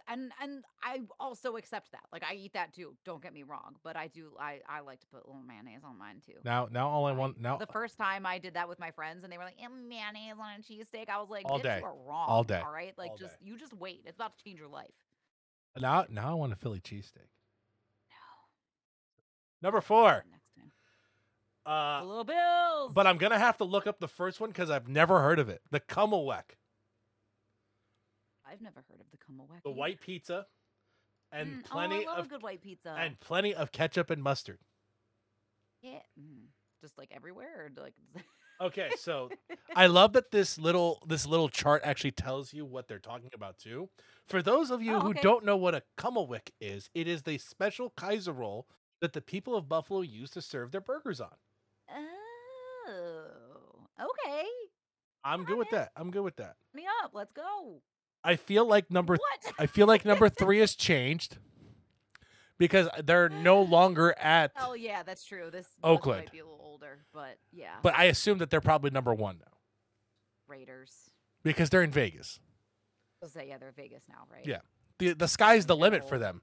B: And and I also accept that. Like I eat that too. Don't get me wrong, but I do. I I like to put a little mayonnaise on mine too.
A: Now now all I
B: I-
A: want now
B: The first time I did that with my friends, and they were like, "Eh, "Mayonnaise on a cheesesteak," I was like,
A: All
B: "Bitch,
A: day.
B: you are wrong."
A: All day.
B: All right, like
A: All
B: just
A: day.
B: you just wait. It's about to change your life.
A: now now I want a Philly cheesesteak.
B: No.
A: Number 4.
B: Next time.
A: Uh
B: Buffalo Bills.
A: But I'm gonna have to look up the first one because I've never heard of it. The Kummelweck,
B: I've never heard of the Kumaweki.
A: the white pizza, and
B: Mm,
A: plenty
B: oh, I love
A: of
B: a good white pizza.
A: and plenty of ketchup and mustard.
B: yeah, mm. just like everywhere, or like
A: Okay, so I love that this little this little chart actually tells you what they're talking about too. For those of you
B: Oh,
A: who
B: okay.
A: don't know what a Kummelwick is, it is the special Kaiser roll that the people of Buffalo use to serve their burgers on.
B: oh, okay.
A: I'm good with
B: Got
A: that. I'm good with that.
B: Me up. Let's go.
A: I feel like number
B: what?
A: I feel like number three has changed because they're no longer at.
B: Oh yeah, that's true. This list
A: Oakland.
B: might be a little older, but yeah,
A: But I assume that they're probably number one now
B: Raiders.
A: because they're in Vegas.
B: They'll say yeah, they're Vegas now, right?
A: Yeah. the The sky's the limit for
B: Control.
A: them.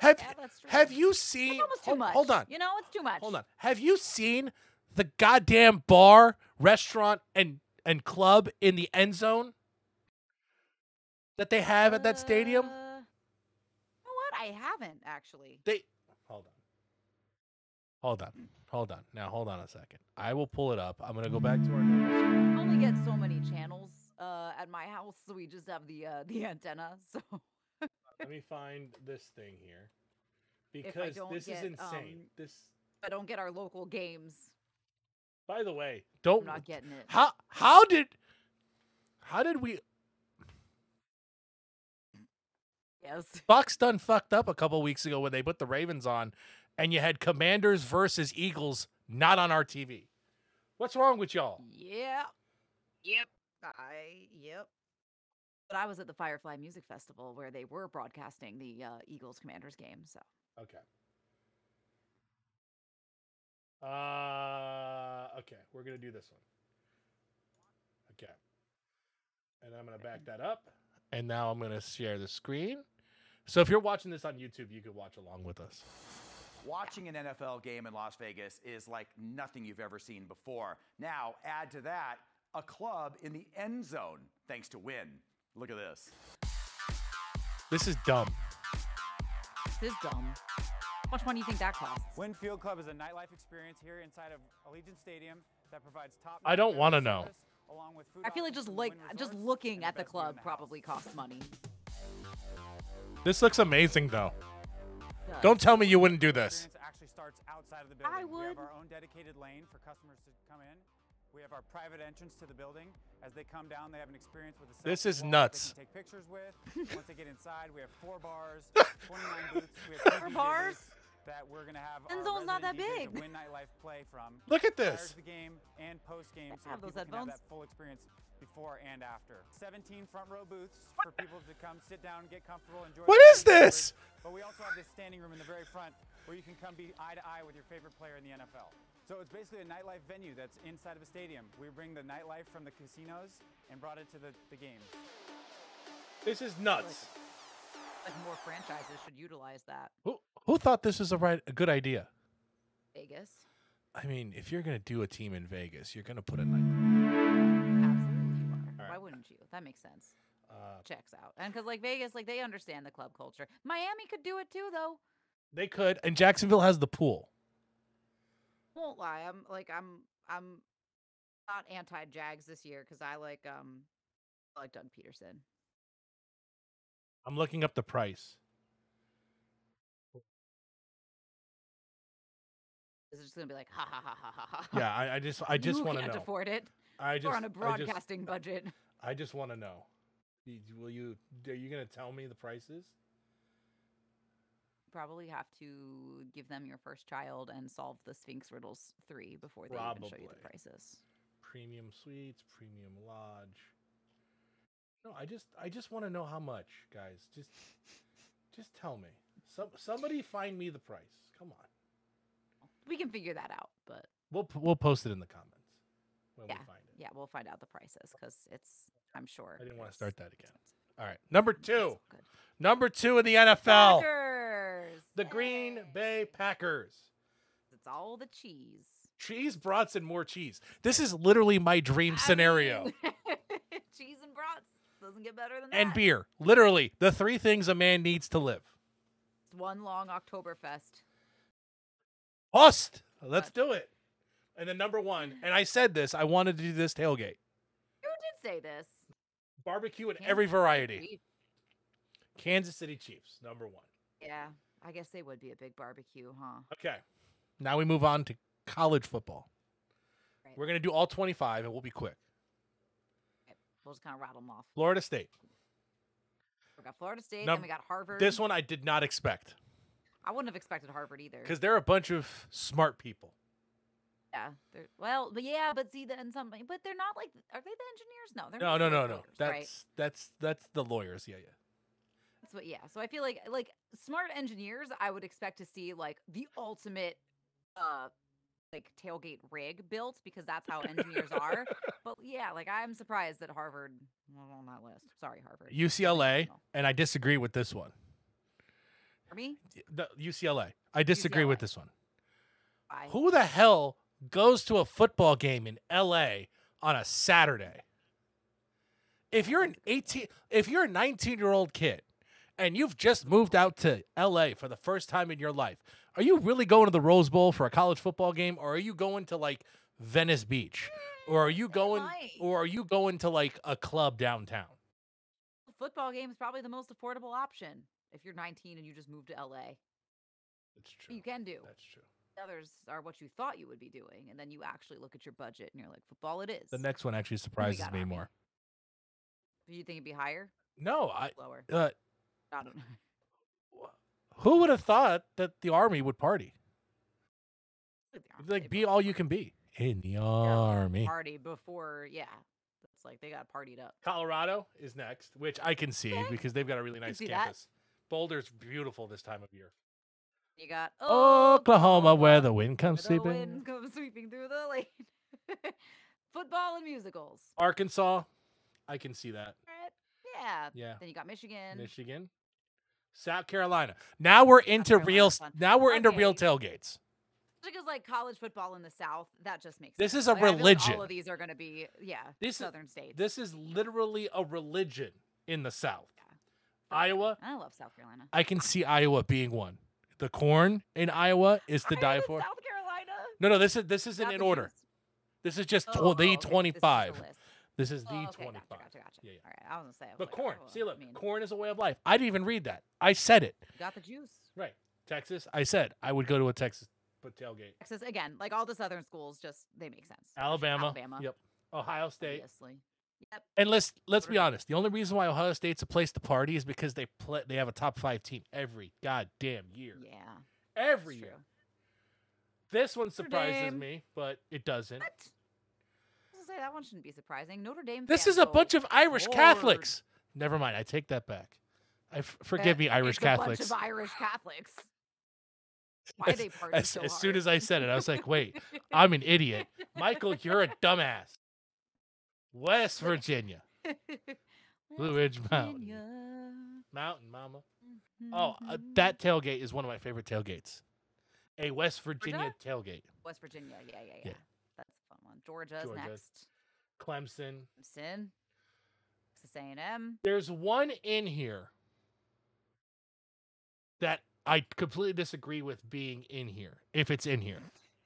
A: Have
B: Yeah, that's true.
A: Have you seen?
B: It's almost
A: hold,
B: too much.
A: hold on,
B: You know, it's too much.
A: hold on. Have you seen the goddamn bar, restaurant, and and club in the end zone that they have at that stadium?
B: Uh, you know what? I haven't actually.
A: They hold on. Hold on. Hold on. Now hold on a second. I will pull it up. I'm gonna go back to our notes.
B: I only get so many channels uh, at my house, so we just have the uh, the antenna. So
A: Let me find this thing here.
B: If I
A: Because
B: don't
A: this is
B: get,
A: insane.
B: um,
A: this
B: I don't get our local games.
A: by the way,
B: I'm
A: don't
B: not getting it.
A: Oh, how how did how did we
B: Yes.
A: Bucks done fucked up a couple weeks ago when they put the Ravens on and you had Commanders versus Eagles not on our TV. What's wrong with y'all?
B: Yeah. Yep. I yep. But I was at the Firefly Music Festival where they were broadcasting the uh, Eagles Commanders game. So
A: Okay. Uh okay, we're gonna do this one. Okay. And I'm gonna back that up. And now I'm gonna share the screen. So if you're watching this on YouTube, you can watch along with us.
C: Watching an NFL game in Las Vegas is like nothing you've ever seen before. Now, add to that a club in the end zone thanks to Win. Look at this.
A: This is dumb.
B: this is dumb. much money do you think that costs?
D: Winfield Club is a nightlife experience here inside of Allegiant Stadium that provides top.
A: I don't wanna
D: notch
A: know.
D: service Along with food
B: I feel like just
D: options from
B: like
D: Wynn
B: just
D: Resorts
B: looking
D: and
B: at the
D: best view in
B: club
D: house.
B: probably costs money.
A: This looks amazing, though.
B: Does.
A: Don't tell me you wouldn't do this.
D: Experience actually starts outside of the building. We
B: would.
D: have our own dedicated lane for customers to come in. We have our private entrance to the building. As they come down, they have an experience with the selfie
A: This is
D: wall that
A: nuts.
D: They can take pictures with. Once they get inside, we have four bars, 29 booths. We
B: Four
D: have three DJs
B: bars?
D: That we're gonna have.
B: End
D: our
B: zone's not
D: resident
B: that
D: DJs at
B: big.
D: Wynn Nightlife play from.
A: Look at
D: prior
A: this.
D: to the game and post game, so
B: have
D: that
B: those
D: people can have
B: headphones.
D: that full experience before and after. 17 front row booths for people to come sit down, get comfortable, enjoy.
A: What
D: the
A: is
D: game
A: this?
D: afterwards. But we also have this standing room in the very front where you can come be eye to eye with your favorite player in the NFL. So it's basically a nightlife venue that's inside of a stadium. We bring the nightlife from the casinos and brought it to the, the games.
A: This is nuts.
B: Like more franchises should utilize that.
A: Who, who thought this was a right a good idea?
B: Vegas.
A: I mean, if you're gonna do a team in Vegas, you're gonna put a night.
B: Absolutely you are.
A: All right.
B: Why wouldn't you? That makes sense.
A: Uh,
B: Checks out. And because like Vegas, like they understand the club culture. Miami could do it too though.
A: they could, and Jacksonville has the pool.
B: Won't lie. I'm like I'm I'm not anti Jags this year because I like um I like Doug Peterson.
A: I'm looking up the price.
B: This is just gonna be like ha ha ha ha ha ha.
A: Yeah, I, I just, I just
B: you
A: want to
B: can't
A: know.
B: afford it.
A: I just,
B: We're on a
A: I just-
B: broadcasting budget.
A: I just want to know. Y- Will you? Are you gonna tell me the prices?
B: Probably have to give them your first child and solve the Sphinx riddles three before they even show you the
A: Probably.
B: prices.
A: Premium suites, premium lodge. No, I just, I just want to know how much, guys. Just, just tell me. Some, somebody find me the price. Come on.
B: We can figure that out, but
A: We'll, p- we'll post it in the comments when we find it.
B: yeah, we'll find out the prices because it's. I'm sure.
A: I didn't want to
B: it's
A: start that again.
B: expensive.
A: All right, number
B: It's all
A: two,
B: good.
A: number two in the NFL,
B: Packers.
A: the Green Bay Packers.
B: It's all the cheese.
A: Cheese, brats, and more cheese. This is literally my dream
B: I
A: scenario.
B: mean, cheese and brats doesn't get better than that.
A: and beer. Literally, the three things a man needs to live.
B: It's one long Oktoberfest.
A: Host. Let's do it. And then number one, and I said this, I wanted to do this tailgate.
B: You did say this.
A: Barbecue in
B: Kansas
A: every
B: City
A: variety.
B: Chiefs.
A: Kansas City Chiefs, number one.
B: Yeah, I guess they would be a big barbecue, huh?
A: Okay. Now we move on to college football.
B: Right.
A: We're going to do all 25 and we'll be quick.
B: We'll just kind of rattle them off.
A: Florida State.
B: We got Florida State,
A: Num-
B: then we got Harvard.
A: This one I did not expect
B: I wouldn't have expected Harvard either.
A: because they're a bunch of smart people.
B: yeah, they're, well, but yeah, but see, then something, but they're not like, are they the engineers? No, they're
A: No, no,
B: mostly
A: no,
B: like
A: no.
B: lawyers,
A: That's
B: right.
A: that's that's the lawyers. Yeah, yeah.
B: That's what, yeah. So I feel like like smart engineers, I would expect to see like the ultimate, uh, like tailgate rig built because that's how engineers are. But yeah, like I'm surprised that Harvard was on that list. Sorry, Harvard. Don't make
A: UCLA,
B: me feel-
A: and I disagree with this one.
B: For me,
A: The UCLA. I disagree with
B: UCLA.
A: this one.
B: I
A: Who the hell goes to a football game in LA on a Saturday? If you're an 18 if you're a 19-year-old kid and you've just moved out to LA for the first time in your life, are you really going to the Rose Bowl for a college football game or are you going to like Venice Beach or are you going
B: might.
A: or are you going to like a club downtown?
B: football game is probably the most affordable option if you're 19 and you just moved to LA.
A: That's true.
B: You can do.
A: That's true.
B: The others are what you thought you would be doing, and then you actually look at your budget and you're like, football it is.
A: The next one actually surprises
B: got
A: me
B: on me?
A: more.
B: Do you think it'd be higher?
A: No, I
B: Lower?
A: uh,
B: I don't know.
A: who would have thought that the army would party? like be all you can be in the army.
B: party before, yeah. It's like they got partied up.
A: Colorado is next, which I can see
B: Okay.
A: because they've got a really
B: can
A: nice
B: see that.
A: campus. Boulder's beautiful this time of year.
B: You got
A: Oh, Oklahoma, where the wind
B: where
A: comes
B: the
A: sweeping.
B: wind comes sweeping through the lane. football and musicals.
A: Arkansas, I can see that.
B: Alright, Yeah.
A: Yeah,
B: Then you got Michigan.
A: Michigan, South Carolina. Now we're into real.
B: Carolina's
A: s-
B: fun.
A: Now we're into real
B: Okay.
A: tailgates.
B: because like college football in the South, that just makes
A: This
B: sense.
A: is a
B: Like, I feel like
A: religion.
B: all of these are going to be yeah,
A: This is-
B: southern states.
A: This is literally a religion in the South.
B: Yeah.
A: Iowa,
B: I love South Carolina.
A: I can see Iowa being one. The corn in Iowa is to
B: I
A: die
B: live in
A: for.
B: South Carolina.
A: No, no, this is this isn't
B: Not
A: in
B: the
A: order.
B: East.
A: This is just tw-
B: Oh, oh,
A: the
B: okay, this is
A: twenty five.
B: list.
A: This is the
B: Oh, okay,
A: twenty five.
B: Gotcha, gotcha, gotcha.
A: Yeah, yeah.
B: All right, I was gonna say. I was
A: But
B: like,
A: corn.
B: oh,
A: See, look,
B: I mean,
A: corn is a way of life. I didn't even read that. I said it.
B: got the juice.
A: Right. Texas. I said I would go to a Texas put tailgate.
B: Texas again, like all the southern schools, just they make sense.
A: Alabama.
B: Alabama. Oh,
A: Yep. Ohio State.
B: Obviously.
A: And let's let's
B: Notre
A: be
B: Dame.
A: honest. The only reason why Ohio State's a place to party is because they play they have a top five team every goddamn year.
B: Yeah. that's
A: every
B: true.
A: year. This one
B: Notre
A: surprises
B: Dame.
A: me, but it doesn't.
B: What? I was gonna say that one shouldn't be surprising. Notre Dame.
A: This
B: fans
A: is a
B: go
A: bunch of Irish
B: forward.
A: Catholics. Never mind. I take that back. I f- forgive
B: Uh,
A: me, Irish
B: it's
A: Catholics.
B: A bunch of Irish Catholics. Why they party
A: As,
B: so
A: as soon
B: hard.
A: as I said it, I was like, wait, I'm an idiot. Michael, you're a dumbass. West Virginia, Blue Ridge Mountain, Mountain Mama. Oh, uh,
B: Mm-hmm. Mm.
A: that tailgate is one of my favorite tailgates. A West Virginia tailgate.
B: West Virginia. Yeah, yeah, yeah.
A: Yeah.
B: That's a fun one. Georgia's
A: Georgia.
B: next.
A: Clemson.
B: Sin. Texas A&M.
A: There's one in here that I completely disagree with being in here. If it's in here,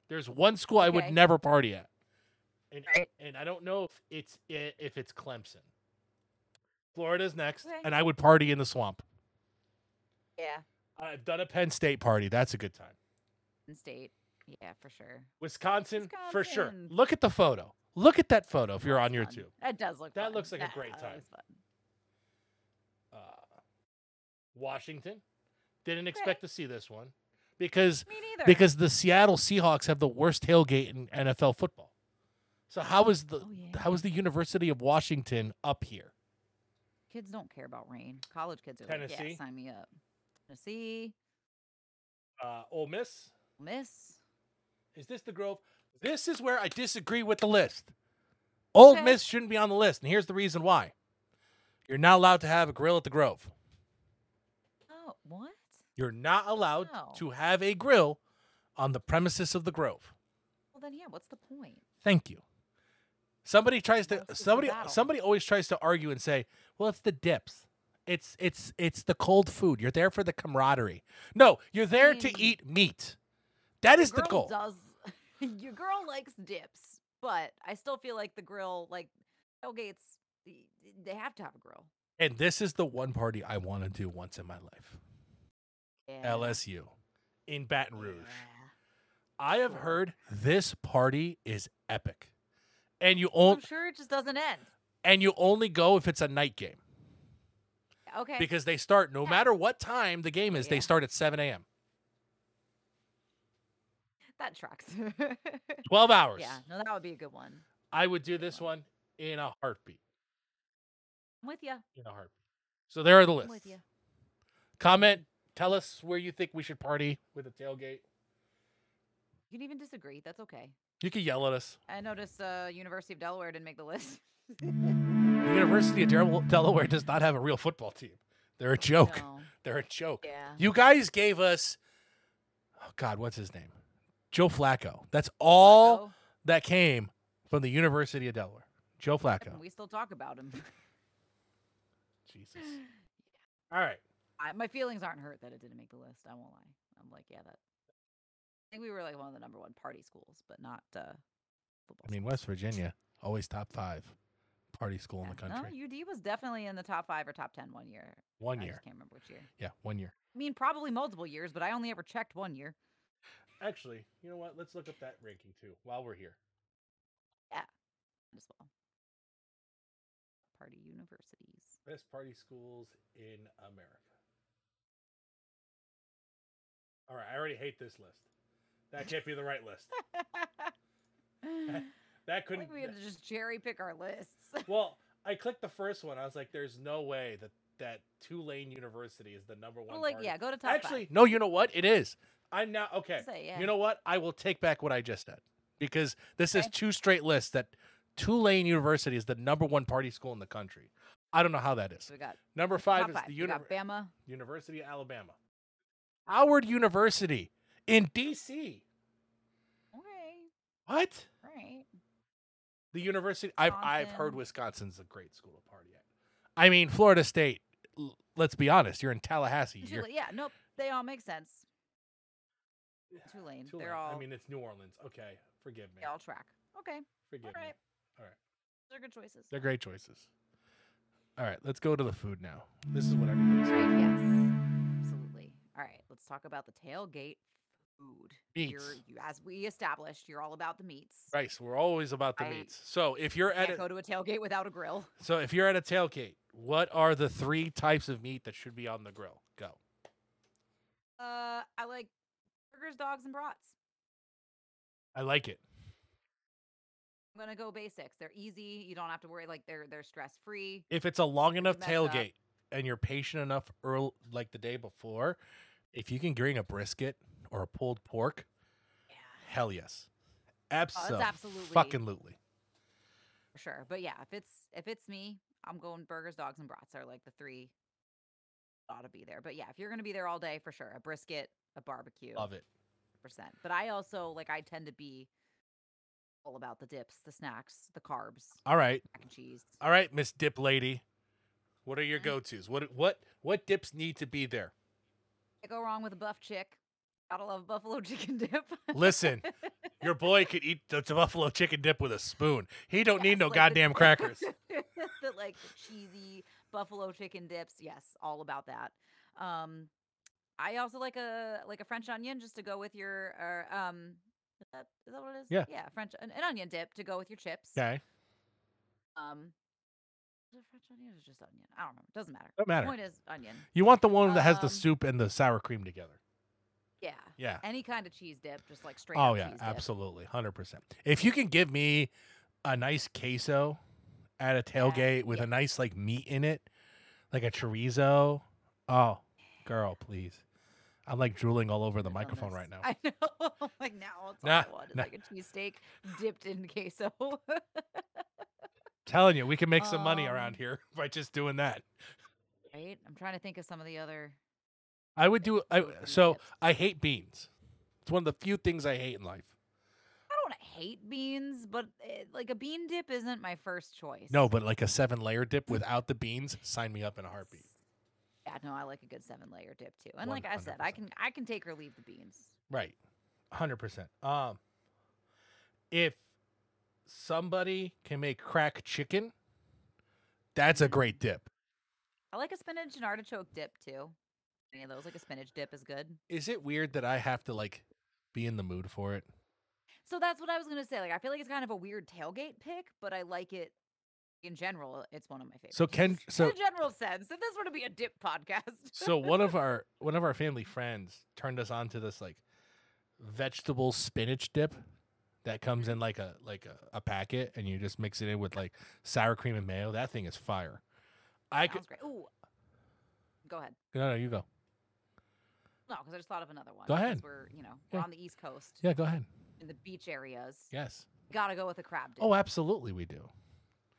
A: there's one school I
B: Okay.
A: would never party at, and
B: Right.
A: and I don't know if it's i- if it's Clemson. Florida's next,
B: Okay.
A: and I would party in the swamp.
B: Yeah.
A: I've done a Penn State party. That's a good time.
B: Penn State. Yeah, for sure.
A: Wisconsin, for sure.
B: Wisconsin.
A: Look at the photo. Look at that photo if you're on your
B: Fun.
A: tube.
B: That does look.
A: That
B: fun.
A: looks like a great
B: that
A: time.
B: looks fun.
A: Uh, Washington didn't expect
B: Right.
A: to see this one because
B: Me neither.
A: because the Seattle Seahawks have the worst tailgate in NFL football. So how is the
B: Oh, yeah.
A: how is the University of Washington up here?
B: kids don't care about rain. College kids are like,
A: Tennessee.
B: yeah, sign me up. Tennessee,
A: Uh, Ole Miss
B: Miss.
A: is this the Grove? This is where I disagree with the list. Ole
B: Okay.
A: Miss shouldn't be on the list, and here's the reason why. You're not allowed to have a grill at the Grove.
B: Oh, what?
A: You're not allowed
B: Wow.
A: to have a grill on the premises of the Grove.
B: Well, then yeah. What's the point?
A: Thank you. Somebody tries to
B: Lost is the
A: somebody
B: battle.
A: somebody always tries to argue and say, "Well, it's the dips. It's it's it's the cold food. You're there for the camaraderie." No, you're there to
B: mean,
A: eat meat. That is
B: Your
A: the goal.
B: girl does. your girl likes dips, but I still feel like the grill, like tailgates, y- y- they have to have a grill.
A: And this is the one party I want to do once in my life.
B: Yeah.
A: LSU in Baton Rouge.
B: yeah.
A: I have
B: Sure.
A: heard this party is epic. And you
B: I'm
A: only
B: sure it just doesn't end.
A: and you only go if it's a night game
B: Okay.
A: because they start no
B: Yeah.
A: matter what time the game is. They
B: Yeah.
A: start at 7 a.m.
B: that tracks.
A: 12 hours.
B: yeah. No, that would be a good one.
A: I would do this one in a heartbeat.
B: I'm with you.
A: In a heartbeat. So there are the
B: I'm
A: lists.
B: with you.
A: Comment. Tell us where you think we should party with a tailgate.
B: You can even disagree. That's okay.
A: You can yell at us.
B: I noticed uh, University of Delaware didn't make the list.
A: The University of Del- Delaware does not have a real football team. They're a joke.
B: No.
A: They're a joke.
B: Yeah.
A: You guys gave us, oh God, what's his name? Joe Flacco. That's all
B: Flacco.
A: that came from the University of Delaware. Joe Flacco.
B: And we still talk about him.
A: Jesus. All right.
B: I, my feelings aren't hurt that it didn't make the list. I won't lie. I'm like, yeah, that. I think we were like one of the number one party schools, but not uh, football.
A: I mean, West Virginia, always top five party school in the
B: schools.
A: country.
B: No, UD was definitely in the top five or top ten one year.
A: One
B: I
A: year.
B: just can't remember which year.
A: Yeah, one year.
B: I mean, probably multiple years, but I only ever checked one year.
A: Actually, you know what? Let's look up that ranking too while we're here.
B: Might As well. Party universities.
A: Best party schools in America. All right, I already hate this list. That can't be the right list. That
B: I
A: couldn't.
B: think we had to just cherry pick our lists.
A: Well, I clicked the first one. I was like, "There's no way that that Tulane University is the number one."
B: Well, like,
A: party-
B: yeah, go to top
A: Actually, no. You know what? It is. I'm now okay.
B: five. Say, yeah.
A: You know what? I will take back what I just said because this is
B: Okay.
A: two straight lists that Tulane University is the number one party school in the country. I don't know how that is.
B: So we got
A: Number five
B: top
A: is
B: five.
A: the
B: We got
A: univer-
B: Bama.
A: University of Alabama, Howard University in D.C.
B: Okay,
A: What?
B: right.
A: The university I've I've heard
B: Wisconsin.
A: Wisconsin's a great school to party at. I mean, Florida State. l- Let's be honest. You're in Tallahassee.
B: Did you
A: You're
B: li- yeah, nope. They all make sense. Tulane.
A: Tulane.
B: They're all
A: I mean, it's New Orleans. Okay, forgive me.
B: they all track. Okay,
A: Forgive me.
B: right.
A: All right.
B: they're good choices.
A: They're great choices. All right, let's go to the food now. This is what everybody's
B: All right, yes, absolutely. All right, let's talk about the tailgate food. You're,
A: Meats.
B: you, as we established, you're all about the meats.
A: rice. We're always about the
B: I
A: meats. So if you're at
B: Can't
A: a,
B: go to a tailgate without a grill.
A: so if you're at a tailgate, what are the three types of meat that should be on the grill? Go.
B: Uh, I like burgers, dogs, and brats.
A: I like it.
B: I'm gonna go basics. They're easy. You don't have to worry. Like they're they're stress free.
A: If it's a long enough
B: mess up.
A: tailgate and you're patient enough early, like the day before, if you can bring a brisket or a pulled pork,
B: Yeah, Oh,
A: hell yes. Absolutely.
B: absolutely-
A: Fucking lutely.
B: for sure. But yeah, if it's if it's me, I'm going burgers, dogs, and brats are like the three ought to be there. But yeah, if you're gonna be there all day, for sure, a brisket, a barbecue,
A: Love it.
B: percent. But I also like I tend to be all about the dips, the snacks, the carbs,
A: All right.
B: mac and cheese.
A: All right, Miss Dip Lady. What are your
B: Mhm.
A: go-tos? What what what dips need to be there?
B: I go wrong with a buff chick. Gotta love buffalo chicken dip.
A: Listen, your boy could eat the, the buffalo chicken dip with a spoon. He don't
B: Yes,
A: need no
B: like the-
A: goddamn crackers.
B: the like cheesy buffalo chicken dips. Yes, all about that. Um, I also like a like a French onion just to go with your or um. Is that, is that what it is?
A: Yeah.
B: Yeah. French an, an onion dip to go with your chips.
A: Okay,
B: Um, is it French onion or just onion? I don't know. Doesn't matter.
A: don't matter.
B: Point is onion.
A: You want the one that has the
B: Um,
A: soup and the sour cream together.
B: Yeah.
A: Yeah.
B: Any kind of cheese dip, just like straight.
A: Oh
B: up
A: yeah,
B: cheese dip.
A: absolutely, hundred percent. If you can give me a nice queso at a tailgate with
B: yeah.
A: a nice like meat in it, like a chorizo. Oh, girl, please. I'm like drooling all over the
B: on
A: microphone
B: this.
A: right now.
B: I know. I'm like now it's
A: Nah,
B: all I want. It's
A: nah.
B: like a cheesesteak dipped in queso.
A: Telling you, we can make some money
B: Um,
A: around here by just doing that.
B: right? I'm trying to think of some of the other
A: I would do. I,
B: those kind of
A: so
B: dips.
A: I hate beans. It's one of the few things I hate in life.
B: I don't hate beans, but eh, like a bean dip isn't my first choice.
A: No, but like a seven layer dip without the beans, sign me up in a heartbeat.
B: Yeah, no, I like a good seven layer dip too. And like I said, I
A: 100%.
B: can I can take or leave the beans.
A: Right. 100%. Um if somebody can make crack chicken, that's a great dip.
B: I like a spinach and artichoke dip too. Any of those, like a spinach dip, is good.
A: Is it weird that I have to like be in the mood for it?
B: So that's what I was gonna say. Like I feel like it's kind of a weird tailgate pick, but I like it in general. It's one of my favorites.
A: So Ken so
B: in a general sense, if this were to be a dip podcast,
A: so one of our one of our family friends turned us on to this like vegetable spinach dip that comes in like a like a, a packet and you just mix it in with like sour cream and mayo. That thing is fire. I could
B: sounds great. Ooh, go ahead.
A: No, no, you go.
B: No, because I just thought of another one.
A: Go
B: 'cause
A: ahead.
B: We're you know we're
A: Yeah.
B: on the East Coast
A: Yeah, go ahead.
B: in the beach areas.
A: Yes.
B: Gotta go with a crab dip.
A: Oh, absolutely we do.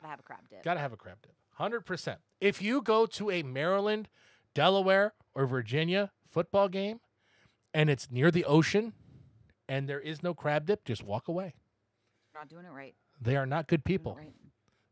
B: gotta have a crab dip.
A: Gotta have a crab dip. 100%. If you go to a Maryland, Delaware, or Virginia football game and it's near the ocean and there is no crab dip, just walk away.
B: We're not doing it right.
A: They are not good
B: doing it
A: people.
B: right.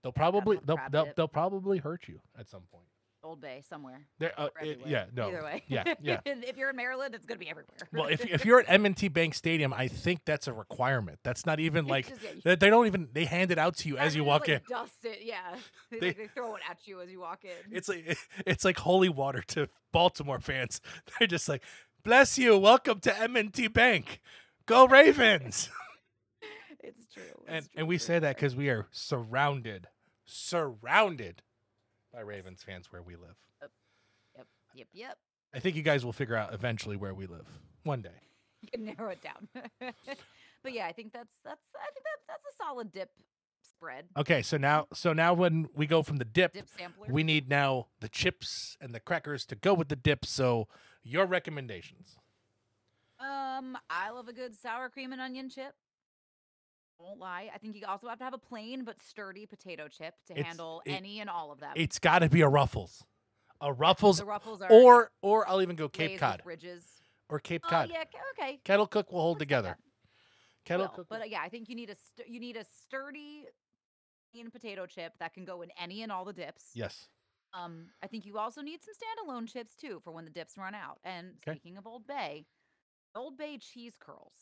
A: They'll
B: gotta
A: probably
B: have a
A: they'll,
B: crab
A: they'll,
B: dip.
A: they'll probably hurt you at some point.
B: Old Bay somewhere.
A: They're, uh,
B: or
A: it-
B: everywhere.
A: yeah, no.
B: Either way.
A: Yeah, yeah.
B: if you're in Maryland, it's gonna be everywhere.
A: Well, if, if you're at M&T Bank Stadium, I think that's a requirement. That's not even
B: It's
A: like
B: just, yeah, you-
A: they, they don't even they hand it out to you as you
B: kinda
A: walk
B: just,
A: in.
B: like, Dust it, yeah. They,
A: They-
B: like, they throw it at you as you walk in.
A: It's like it's like holy water to Baltimore fans. They're just like, "Bless you, welcome to M&T Bank, go Ravens!"
B: It's true.
A: and
B: it's true,
A: and we
B: for
A: say that
B: sure.
A: because we are surrounded, surrounded by Ravens fans where we live.
B: yep, yep, yep.
A: I think you guys will figure out eventually where we live one day.
B: You can narrow it down. but yeah, I think that's that's I think that that's a solid dip spread.
A: Okay, so now so now when we go from the dip,
B: Dip sampler.
A: we need now the chips and the crackers to go with the dip. So your recommendations.
B: Um, I love a good sour cream and onion chip. Won't lie. I think you also have to have a plain but sturdy potato chip to
A: It's-
B: handle
A: it-
B: any and all of them.
A: It's got to be a Ruffles, a Ruffles
B: the ruffles are
A: or or I'll even go
B: glazed
A: Cape
B: with
A: Cod
B: ridges.
A: or Cape
B: Oh
A: Cod.
B: yeah, ca- okay.
A: Kettle cook will hold
B: Looks like
A: together.
B: that.
A: Kettle
B: Well,
A: cook.
B: but uh,
A: will-
B: yeah, I think you need a st- you need a sturdy plain potato chip that can go in any and all the dips.
A: yes.
B: Um, I think you also need some standalone chips too for when the dips run out. And
A: Okay.
B: speaking of Old Bay, Old Bay cheese curls.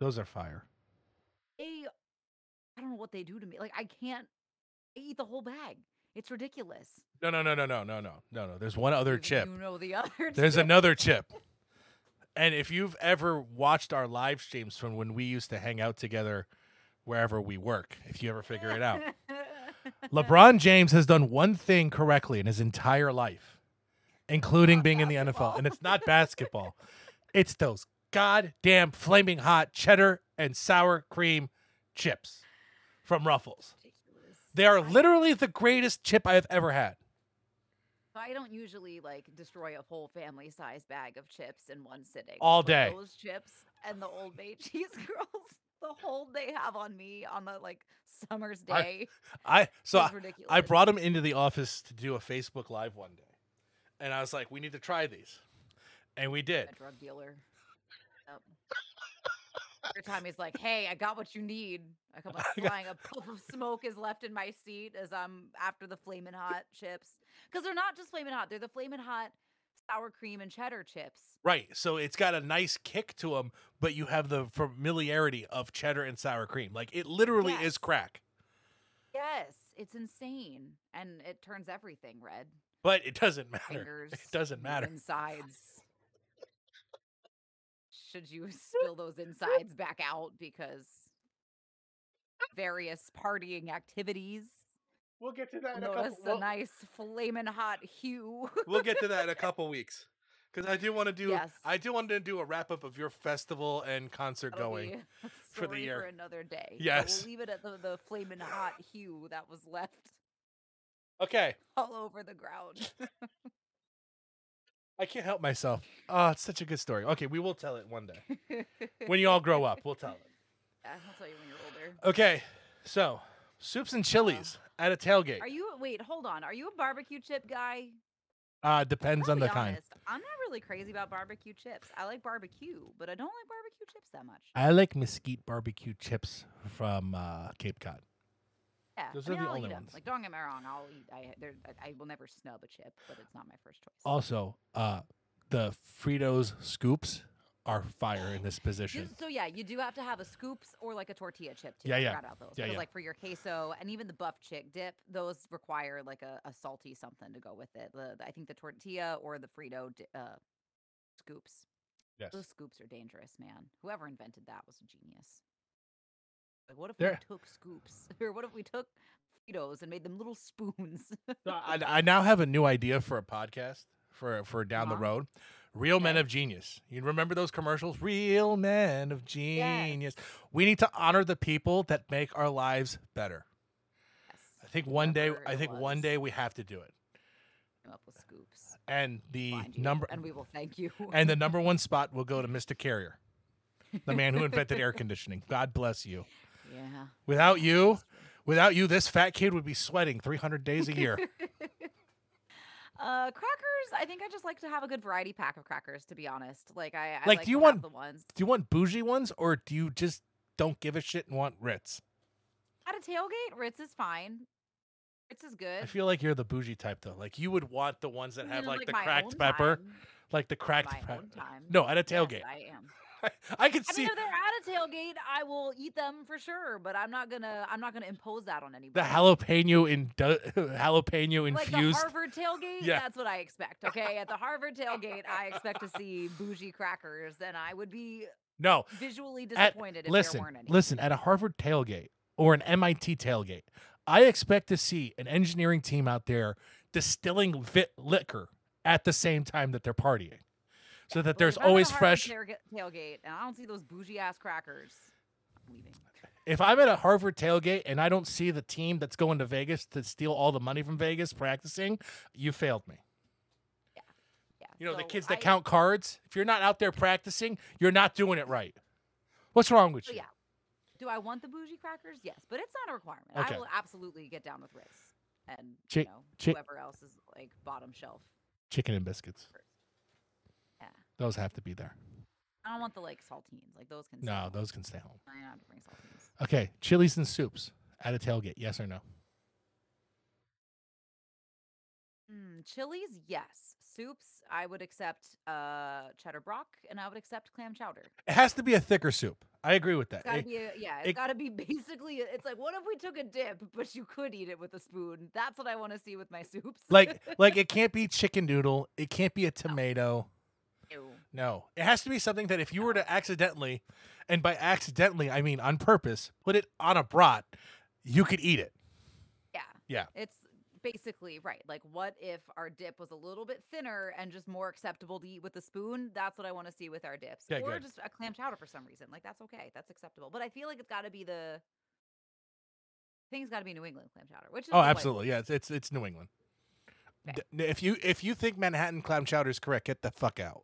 A: Those are fire.
B: They, I don't know what they do to me. Like I can't I eat the whole bag. It's ridiculous.
A: No, no, no, no, no, no, no, no, no. There's one other
B: Even
A: chip.
B: You know the other.
A: There's
B: chip.
A: another chip. And if you've ever watched our live streams from when we used to hang out together wherever we work, if you ever figure it out, LeBron James has done one thing correctly in his entire life, including being in the NFL. And it's not basketball, it's those goddamn flaming hot cheddar and sour cream chips from Ruffles.
B: Ridiculous.
A: They are
B: I-
A: literally the greatest chip I have ever had.
B: I don't usually like destroy a whole family size bag of chips in one sitting.
A: All
B: but
A: day.
B: Those chips and the Old Bay cheese curls, the hold they have on me on the like summer's
A: I-
B: day
A: I so
B: is
A: I-
B: ridiculous.
A: I brought him into the office to do a Facebook Live one day, and I was like, "We need to try these," and we did.
B: a drug dealer. Yep. Every time he's like, "Hey, I got what you need," I come like
A: I got-
B: flying. A puff of smoke is left in my seat as I'm after the flaming hot chips because they're not just flaming hot; they're the flaming hot sour cream and cheddar chips.
A: Right, so it's got a nice kick to them, but you have the familiarity of cheddar and sour cream. Like it literally
B: Yes.
A: is crack,
B: Yes, it's insane, and it turns everything red.
A: but it doesn't matter.
B: Fingers,
A: It doesn't
B: the
A: matter.
B: Insides. Should you spill those insides back out because various partying activities?
A: We'll get to that
B: notice a nice flaming hot hue.
A: we'll get to that in a couple weeks because I do want to do.
B: Yes.
A: I do want to do a wrap up of your festival and concert
B: That'll
A: going.
B: be a
A: for the
B: story
A: year.
B: For another day. but
A: Yes.
B: We'll leave it at the, the flaming hot hue that was left
A: Okay,
B: all over the ground.
A: I can't help myself. Oh, it's such a good story. Okay, we will tell it one day when you all grow up. We'll tell it.
B: Yeah, I'll tell you when you're older.
A: Okay, so soups and chilies at a tailgate.
B: Are you wait, hold on. Are you a barbecue chip guy?
A: Uh, depends
B: I'll
A: on the
B: be
A: kind.
B: honest, I'm not really crazy about barbecue chips. I like barbecue, but I don't like barbecue chips that much.
A: I like mesquite barbecue chips from uh, Cape Cod.
B: Yeah,
A: those
B: I
A: are
B: mean,
A: the
B: I'll
A: only
B: eat 'em.
A: ones.
B: Like, don't get me wrong. I'll eat. I, there, I I will never snub a chip, but it's not my first choice.
A: Also, uh, the Fritos scoops are fire in this
B: You-
A: position.
B: so yeah, you do have to have a scoops or like a tortilla chip too.
A: Yeah,
B: I
A: yeah.
B: forgot about those.
A: Yeah,
B: because
A: yeah.
B: like for your queso and even the buff chick dip, those require like a, a salty something to go with it. The, the- I think the tortilla or the Frito di- uh, scoops.
A: Yes.
B: Those scoops are dangerous, man. Whoever invented that was a genius. Like, what if
A: They're-
B: we took scoops or what if we took Fritos and made them little spoons?
A: So I, I now have a new idea for a podcast for for down the
B: Uh-huh.
A: road. Real men
B: Okay.
A: of genius. You remember those commercials? Real men of genius. We need to honor the people that make our lives better. I
B: Yes,
A: think one day.
B: whoever
A: I
B: it
A: think one
B: was
A: day we have to do it.
B: came up with scoops.
A: And the
B: Find you,
A: number
B: and we will thank you.
A: and the number one spot will go to Mr. Carrier, the man who invented air conditioning. God bless you.
B: yeah.
A: Without you, without you, this fat kid would be sweating 300 days a year.
B: Uh, crackers. I think I just like to have a good variety pack of crackers. To be honest, like I, I
A: Like, do
B: to
A: you
B: have
A: want-
B: the ones
A: do you want bougie ones or do you just don't give a shit and want Ritz?
B: at a tailgate. Ritz is fine. Ritz is good.
A: I feel like you're the bougie type though. Like you would want the ones that
B: I
A: have
B: mean,
A: like, the
B: my
A: cracked
B: own
A: pepper,
B: time,
A: like the cracked
B: my
A: pepper.
B: own time.
A: No, at a
B: Yes,
A: tailgate.
B: I am.
A: I, could
B: I
A: see
B: mean, if they're at a tailgate, I will eat them for sure. But I'm not gonna. I'm not gonna impose that on anybody.
A: the jalapeno in jalapeno
B: like
A: infused.
B: the Harvard tailgate,
A: Yeah.
B: that's what I expect. Okay, at the Harvard tailgate, I expect to see bougie crackers, and I would be
A: no,
B: visually
A: At-
B: disappointed if
A: listen,
B: there weren't any.
A: listen, at a Harvard tailgate or an MIT tailgate, I expect to see an engineering team out there distilling vit liquor at the same time that they're partying. So that
B: Well,
A: there's
B: if I'm at a
A: always
B: Harvard
A: fresh.
B: tailga- tailgate, and I don't see those bougie ass crackers. I'm leaving.
A: If I'm at a Harvard tailgate and I don't see the team that's going to Vegas to steal all the money from Vegas practicing, you failed me.
B: Yeah.
A: You know, the
B: so
A: kids that
B: I-
A: count cards, if you're not out there practicing, you're not doing it right. What's wrong with
B: So
A: you?
B: yeah. Do I want the bougie crackers? Yes, but it's not a requirement.
A: Okay.
B: I will absolutely get down with Ritz and
A: Chi-
B: you know
A: chi-
B: whoever else is like bottom shelf.
A: Chicken and biscuits.
B: Yeah.
A: Those have to be there.
B: I don't want the like saltines. Like those can. stay
A: No,
B: home.
A: those can stay home.
B: I don't have to bring saltines.
A: Okay, chilies and soups at a tailgate. Yes or no?
B: Mm, chilies, yes. soups. I would accept uh, cheddar brock, and I would accept clam chowder.
A: It has to be a thicker soup. I agree with that.
B: It's gotta
A: It-
B: be, a, yeah. It's
A: it-
B: gotta be basically. It's like, what if we took a dip, but you could eat it with a spoon? That's what I want to see with my soups.
A: like like it can't be chicken noodle. It can't be a tomato.
B: Ew.
A: No. It has to be something that if you were to accidentally, and by accidentally I mean on purpose, put it on a brat, you could eat it.
B: Yeah.
A: Yeah.
B: It's basically right. Like, what if our dip was a little bit thinner and just more acceptable to eat with a spoon? That's what I want to see with our dips.
A: Yeah,
B: or
A: good.
B: just a clam chowder for some reason. Like, that's okay. That's acceptable. But I feel like it's got to be the thing's got to be New England clam chowder, which is
A: Oh,
B: the white one.
A: absolutely. Yeah, it's it's, it's New England.
B: Okay.
A: D- if you if you think Manhattan clam chowder is correct, get the fuck out.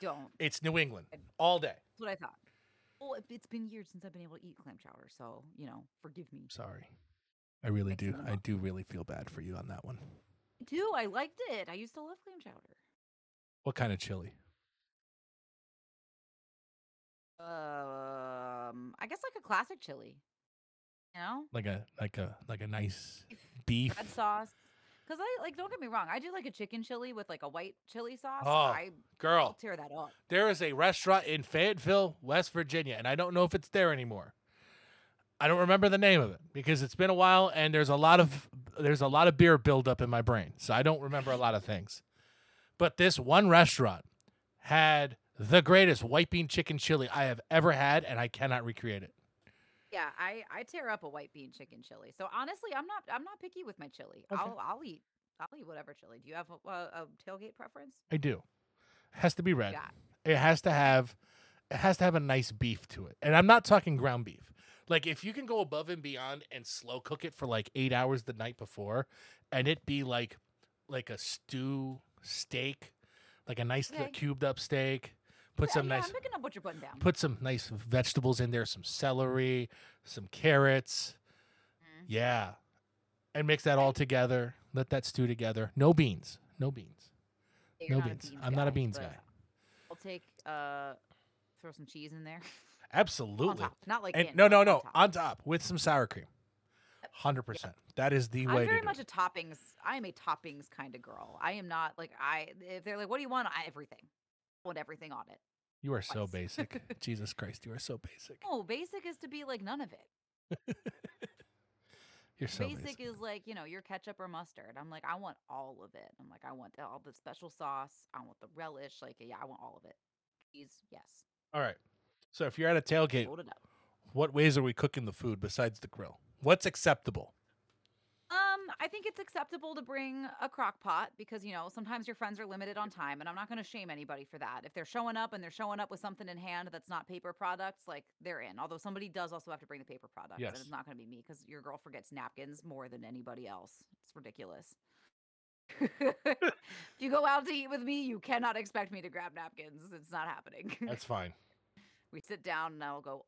B: Don't.
A: It's New England all day.
B: That's what I thought. Well, it- it's been years since I've been able to eat clam chowder, so you know, forgive me.
A: Sorry. I really
B: Mix
A: do.
B: them
A: I
B: up.
A: do really feel bad for you on that one.
B: I do. I liked it. I used to love clam chowder.
A: What kind of chili?
B: Um, I guess like a classic chili. You know,
A: Like a like a like a nice beef.
B: red sauce. Cause I like, don't get me wrong, I do like a chicken chili with like a white chili sauce.
A: Oh,
B: I I'll
A: Girl,
B: tear that up.
A: there is a restaurant in Fayetteville, West Virginia, and I don't know if it's there anymore. I don't remember the name of it because it's been a while and there's a lot of there's a lot of beer buildup in my brain. So I don't remember a lot of things. But this one restaurant had the greatest white bean chicken chili I have ever had and I cannot recreate it.
B: Yeah, I I tear up a white bean chicken chili. So honestly, I'm not I'm not picky with my chili.
A: Okay.
B: I'll I'll eat I'll eat whatever chili. Do you have a, a, a tailgate preference?
A: I do. has to be red.
B: Yeah.
A: It has to have it has to have a nice beef to it. And I'm not talking ground beef. Like if you can go above and beyond and slow cook it for like 8 hours the night before and it be like like a stew steak, like a nice little
B: Okay.
A: cubed up steak, put
B: Yeah,
A: some
B: yeah,
A: nice
B: I'm picking up what you're putting down.
A: put some nice vegetables in there, some celery, some carrots.
B: Mhm.
A: Yeah. And mix that all together. Let that stew together. No beans. No beans. no
B: Yeah, you're not a
A: beans. I'm not a beans
B: but
A: guy.
B: I'll take uh, throw some cheese in there. on
A: Absolutely.
B: top, not like
A: And
B: in,
A: no,
B: like
A: no,
B: on
A: no,
B: top.
A: on top with some sour cream. Hundred percent. That is the way
B: I'm
A: to do
B: very much
A: it.
B: a toppings. I am a toppings kind of girl. I am not like I. If they're like, "What do you want?" I everything. I want everything on it.
A: You are so
B: twice.
A: basic. Jesus Christ, you are so basic.
B: No, basic is to be like none of it.
A: You're so
B: basic,
A: basic.
B: is like you know your ketchup or mustard. I'm like, I want all of it. I'm like, I want all the special sauce. I want the relish. Like, yeah, I want all of it. Cheese, yes.
A: All right. So if you're at a tailgate,
B: Hold it up.
A: what ways are we cooking the food besides the grill? What's acceptable?
B: Um, I think it's acceptable to bring a crock pot because you know sometimes your friends are limited on time, and I'm not going to shame anybody for that. If they're showing up and they're showing up with something in hand that's not paper products, like they're in. Although somebody does also have to bring the paper products, and
A: Yes.
B: it's not going to be me because your girl forgets napkins more than anybody else. It's ridiculous. if you go out to eat with me, you cannot expect me to grab napkins. It's not happening.
A: That's fine.
B: we sit down, and I'll go.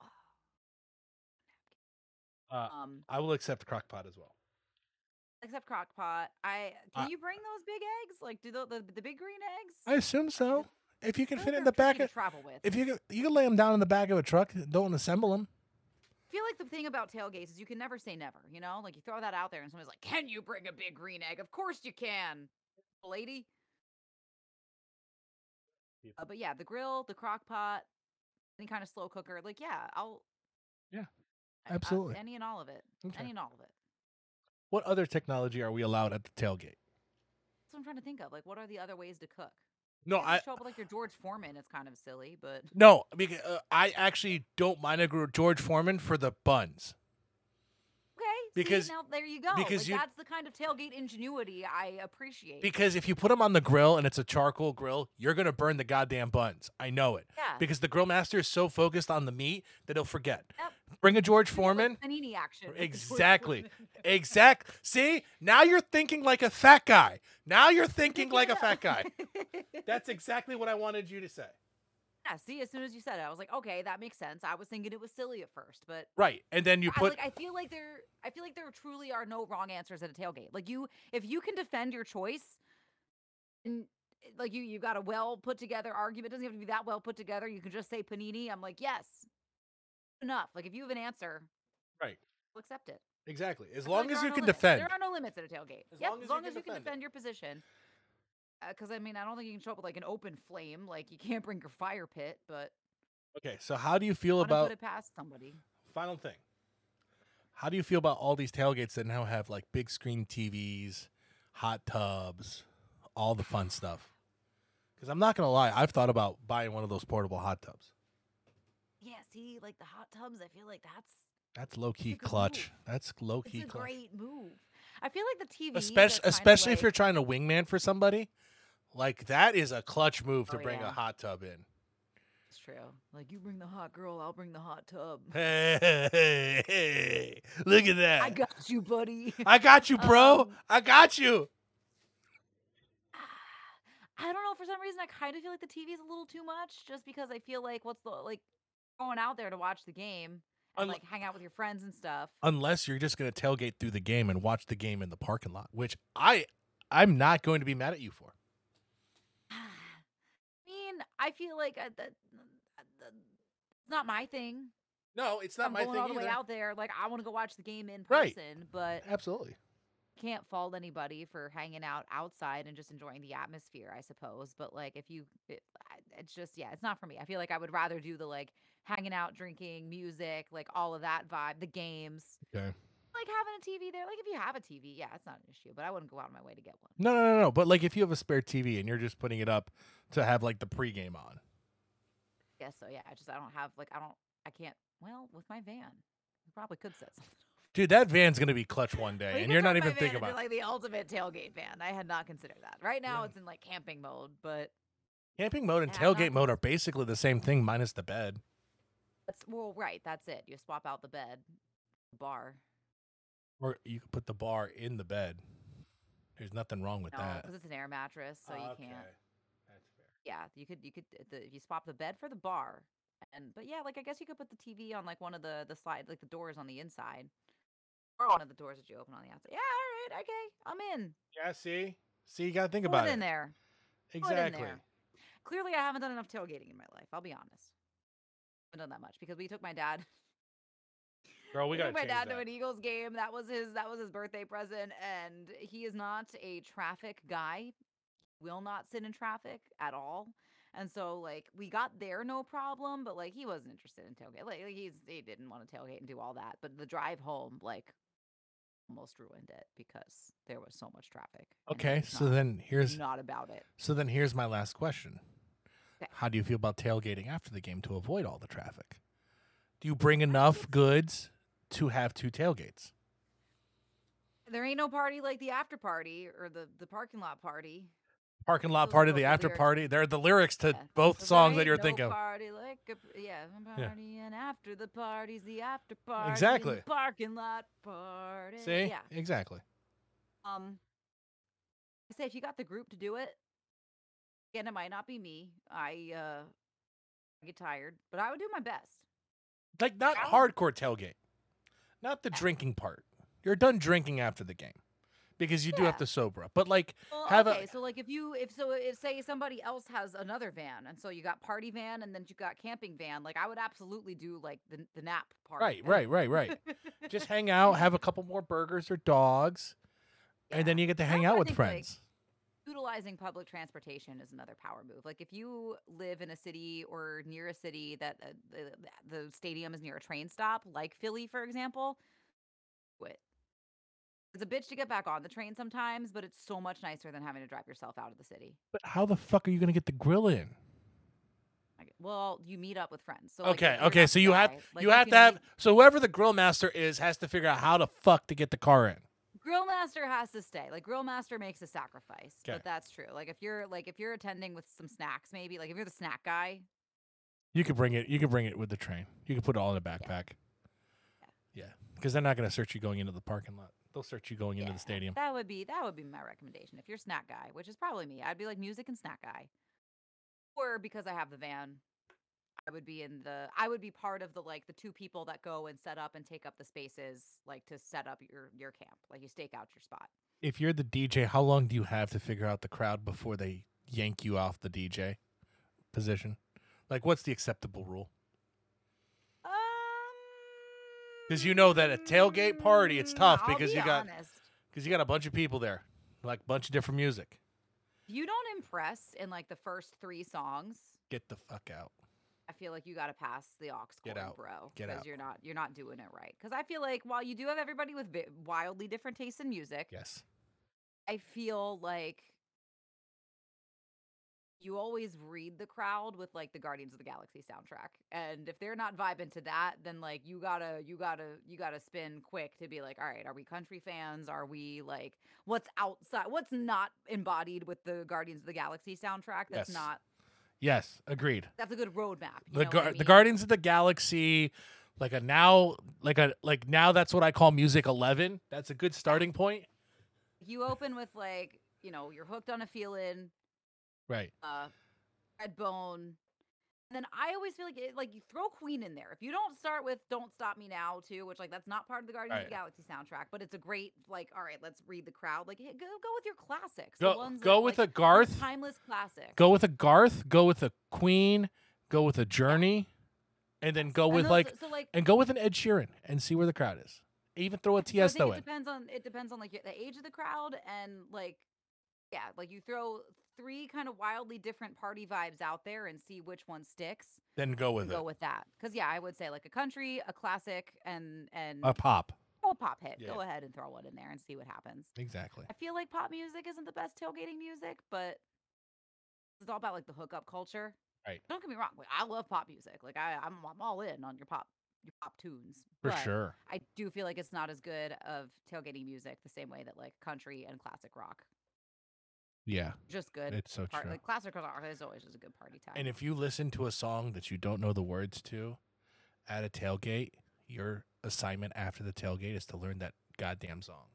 B: "Ah,
A: Uh,
B: Um,
A: I will accept crock pot as well.
B: except crock pot. I can
A: I-
B: you bring those big eggs? Like do the the, the big green eggs?
A: I assume so. If you can
B: feel
A: fit
B: like
A: it in the
B: they're
A: back
B: tricky
A: of
B: to travel with.
A: if you can, you can lay them down in the back of a truck, don't assemble them.
B: I feel like the thing about tailgates is you can never say never. You know, like you throw that out there and somebody's like, "Can you bring a big green egg?" Of course you can, lady.
A: Yep.
B: Uh, but yeah, the grill, the crock pot, any kind of slow cooker, like yeah, I'll
A: Yeah,
B: I- I'll-
A: absolutely.
B: any and all of it,
A: Okay.
B: any and all of it.
A: What other technology are we allowed at the tailgate?
B: That's what I'm trying to think of. Like, what are the other ways to cook?
A: No,
B: If you
A: I
B: show up with like your George Foreman. It's kind of silly, but
A: no, because uh, I actually don't mind a gr- George Foreman for the buns.
B: Okay.
A: Because-
B: see, now there you go.
A: because
B: Like,
A: you-
B: that's the kind of tailgate ingenuity I appreciate.
A: Because if you put them on the grill and it's a charcoal grill, you're gonna burn the goddamn buns. I know it.
B: yeah.
A: Because the grill master is so focused on the meat that he'll forget.
B: Yep.
A: Bring a George
B: You're gonna
A: Foreman.
B: get, like, panini action. with the George
A: Exactly.
B: Foreman.
A: Exact. See, now you're thinking like a fat guy. Now you're thinking like a fat guy. That's exactly what I wanted you to say.
B: yeah. See, as soon as you said it, I was like, okay, that makes sense. I was thinking it was silly at first, but
A: Right, and then you
B: I,
A: put
B: like I feel like there, I feel like there truly are no wrong answers at a tailgate. Like you, if you can defend your choice, and like you, you got a well put together argument. It doesn't have to be that well put together. You can just say panini. I'm like, yes, enough. Like if you have an answer,
A: Right.
B: we'll accept it.
A: exactly as
B: I feel
A: long
B: like
A: as
B: there
A: you
B: are no
A: can
B: limits.
A: defend.
B: There are no limits at a tailgate.
A: As
B: yep,
A: long as
B: as
A: you
B: long
A: can
B: as you can
A: defend it.
B: defend your position. because I mean, I don't think you can show up with like an open flame. Like you can't bring your fire pit, but
A: Okay, so how do you feel
B: I wouldn't
A: about
B: put it past somebody.
A: final thing? How do you feel about all these tailgates that now have like big screen TVs, hot tubs, all the fun stuff? Because I'm not gonna lie, I've thought about buying one of those portable hot tubs.
B: Yeah, see, like the hot tubs, I feel like that's
A: That's low key
B: good move.
A: clutch. That's low
B: it's
A: key
B: a
A: clutch.
B: great move. I feel like the TV,
A: especially especially if you're trying to wingman for somebody, like that is a clutch move to
B: Oh,
A: bring a
B: yeah.
A: hot tub in.
B: It's true. Like you bring the hot girl, I'll bring the hot tub.
A: Hey, hey, hey, look at that!
B: I got you, buddy.
A: I got you, bro.
B: Um,
A: I got you.
B: I don't know. For some reason, I kind of feel like the TV's a little too much, just because I feel like what's the like going out there to watch the game and
A: Unle-
B: like hang out with your friends and stuff.
A: Unless you're just gonna tailgate through the game and watch the game in the parking lot, which I I'm not going to be mad at you for.
B: I mean, I feel like I, that, uh, th- it's not my thing.
A: No, it's
B: I'm going all the way out there. Like I want to go watch the game in
A: Right.
B: person, but
A: Absolutely.
B: can't fault anybody for hanging out outside and just enjoying the atmosphere, I suppose. But like, if you, it, I- it's just yeah, it's not for me. I feel like I would rather do the like hanging out, drinking, music, like all of that vibe, the games.
A: Okay.
B: Like having a TV there. Like if you have a TV, yeah, it's not an issue. But I wouldn't go out of my way to get one.
A: No, no, no, no. But like, if you have a spare TV and you're just putting it up to have like the pregame on,
B: guess so. Yeah, I just I don't have like I don't I can't. Well, with my van, we probably could set something. up.
A: dude, that van's gonna be clutch one
B: Well,
A: day,
B: you
A: and
B: could
A: you're not
B: turn my
A: even
B: van
A: thinking
B: into,
A: about. it.
B: like the ultimate tailgate van. I had not considered that. Right now,
A: Yeah.
B: it's in like camping mode, but
A: Camping mode and
B: And I'm not
A: tailgate
B: gonna
A: mode are basically the same thing, minus the bed.
B: that's well, right. That's it. You swap out the bed, the bar.
A: Or you could put the bar in the bed. There's nothing wrong with
B: No,
A: that.
B: because it's an air mattress, so you can't. Yeah, you could you could the, if you swap the bed for the bar, and but yeah, like I guess you could put the TV on like one of the the slide like the doors on the inside, or one of the doors that you open on the outside. Yeah, all right, okay, I'm in.
A: Yeah, see? See, you got to think
B: Throw it
A: about it.
B: in there. Throw it in
A: Exactly.
B: there. Clearly, I haven't done enough tailgating in my life. I'll be honest. haven't done that much because we took my dad.
A: Girl, we got
B: took
A: to
B: my
A: change
B: dad
A: that.
B: to an Eagles game. That was his. That was his birthday present, and he is not a traffic guy. Will not sit in traffic at all. And so, like, we got there no problem, but like, he wasn't interested in tailgate. Like, like, he's he didn't want to tailgate and do all that. But the drive home, like, almost ruined it because there was so much traffic. and he
A: Okay,
B: was
A: so
B: not-
A: then here's
B: not about it.
A: so then here's my last question.
B: Okay.
A: How do you feel about tailgating after the game to avoid all the traffic? Do you bring enough goods to have two tailgates?
B: There ain't no party like the after party or the the parking lot party.
A: Parking lot
B: Those are
A: party, the
B: both the
A: after
B: lyrics.
A: party. They're the lyrics to
B: Yeah.
A: both
B: So there
A: songs that
B: ain't
A: you're
B: no
A: thinking.
B: Party like a, yeah, a
A: Yeah.
B: party and after the party's the after party.
A: Exactly.
B: The parking lot party.
A: See?
B: Yeah.
A: Exactly.
B: Um. I say if you got the group to do it, again, it might not be me. I uh get tired, but I would do my best.
A: like not
B: Right?
A: hardcore tailgate, not the
B: Yeah.
A: drinking part. You're done drinking after the game because you do have
B: Yeah.
A: to sober up. But like,
B: Well,
A: Have a-
B: okay, so like if you if so if say somebody else has another van, and so you got party van, and then you got camping van, like I would absolutely do like the the nap party.
A: right,
B: van.
A: right, right, right. Just hang out, have a couple more burgers or dogs, and then
B: Yeah.
A: you get to
B: And
A: hang
B: also
A: out
B: I
A: with
B: think, like,
A: friends.
B: utilizing public transportation is another power move. Like if you live in a city or near a city that uh, the, the stadium is near a train stop, like Philly, for example, quit. It's a bitch to get back on the train sometimes, but it's so much nicer than having to drive yourself out of the city.
A: but how the fuck are you gonna get the grill in?
B: Like, well, you meet up with friends. So like,
A: Okay,
B: if you're
A: okay.
B: not
A: So
B: the
A: you have
B: guy, like,
A: you have
B: can
A: to have
B: meet-
A: so whoever the grill master is has to figure out how the fuck to get the car in.
B: Grill master has to stay. Like grill master makes a sacrifice,
A: Okay.
B: but that's true. Like if you're like if you're attending with some snacks, maybe like if you're the snack guy,
A: You could bring it. You could bring it with the train. You could put it all in a backpack. Yeah, because they're not gonna search you going into the parking lot. They'll search you going into
B: Yeah,
A: the stadium.
B: That would be that would be my recommendation. If you're snack guy, which is probably me, I'd be like music and snack guy. Or because I have the van, I would be in the I would be part of the like the two people that go and set up and take up the spaces like to set up your your camp. Like you stake out your spot.
A: if you're the DJ, how long do you have to figure out the crowd before they yank you off the DJ position? Like, what's the acceptable rule?
B: Um
A: 'Cause you know that at tailgate party, it's tough
B: mm, I'll
A: because
B: be
A: you got-
B: honest.
A: Because you got a bunch of people there, like bunch of different music.
B: If you don't impress in like the first three songs,
A: Get the fuck out.
B: I feel like you got to pass the aux
A: Get
B: cord,
A: out.
B: bro.
A: Get
B: because
A: out.
B: You're not you're not doing it right. Because I feel like while you do have everybody with vi- wildly different tastes in music,
A: Yes.
B: I feel like you always read the crowd with like the Guardians of the Galaxy soundtrack. And if they're not vibing to that, then like you gotta you gotta you gotta spin quick to be like, all right, are we country fans? Are we like what's outside what's not embodied with the Guardians of the Galaxy soundtrack? That's
A: Yes.
B: not
A: Yes. Agreed.
B: that's a good roadmap. you
A: the
B: know what I
A: Guar- the
B: mean?
A: Guardians of the Galaxy, like a now, like a like now that's what I call music eleven. That's a good starting point.
B: You open with like, you know, you're hooked on a feeling,
A: Right.
B: uh, Redbone. And then I always feel like it, like you throw Queen in there. If you don't start with "Don't Stop Me Now" too, which like that's not part of the Guardians of the Galaxy soundtrack, but it's a great like. All right, let's read the crowd. Like hey, go go with your classics. the
A: Go
B: ones
A: go
B: that,
A: with
B: like,
A: a
B: are
A: Garth.
B: timeless classic.
A: Go with a Garth. Go with a Queen. Go with a Journey, and then go
B: And
A: with
B: those-
A: like
B: so like.
A: and go with an Ed Sheeran and see where the crowd is. Even throw a
B: so I think
A: Tiesto
B: it
A: in.
B: depends on it depends on like y- the age of the crowd and like yeah, like you throw three kind of wildly different party vibes out there and see which one sticks.
A: Then go
B: and
A: with
B: go
A: it.
B: with that because yeah, I would say like a country, a classic, and and
A: A pop.
B: throw a pop
A: Uh,
B: hit.
A: Yeah.
B: Go ahead and throw one in there and see what happens.
A: Exactly.
B: I feel like pop music isn't the best tailgating music, but it's all about like the hookup culture.
A: Right.
B: Don't get me wrong. Like, I love pop music. Like I, I'm, I'm all in on your pop, your pop tunes.
A: For
B: but
A: sure.
B: I do feel like it's not as good of tailgating music the same way that like country and classic rock
A: Yeah.
B: just good.
A: It's so
B: part,
A: true.
B: like classic rock is always just a good party time.
A: And if you listen to a song that you don't know the words to at a tailgate, your assignment after the tailgate is to learn that goddamn song.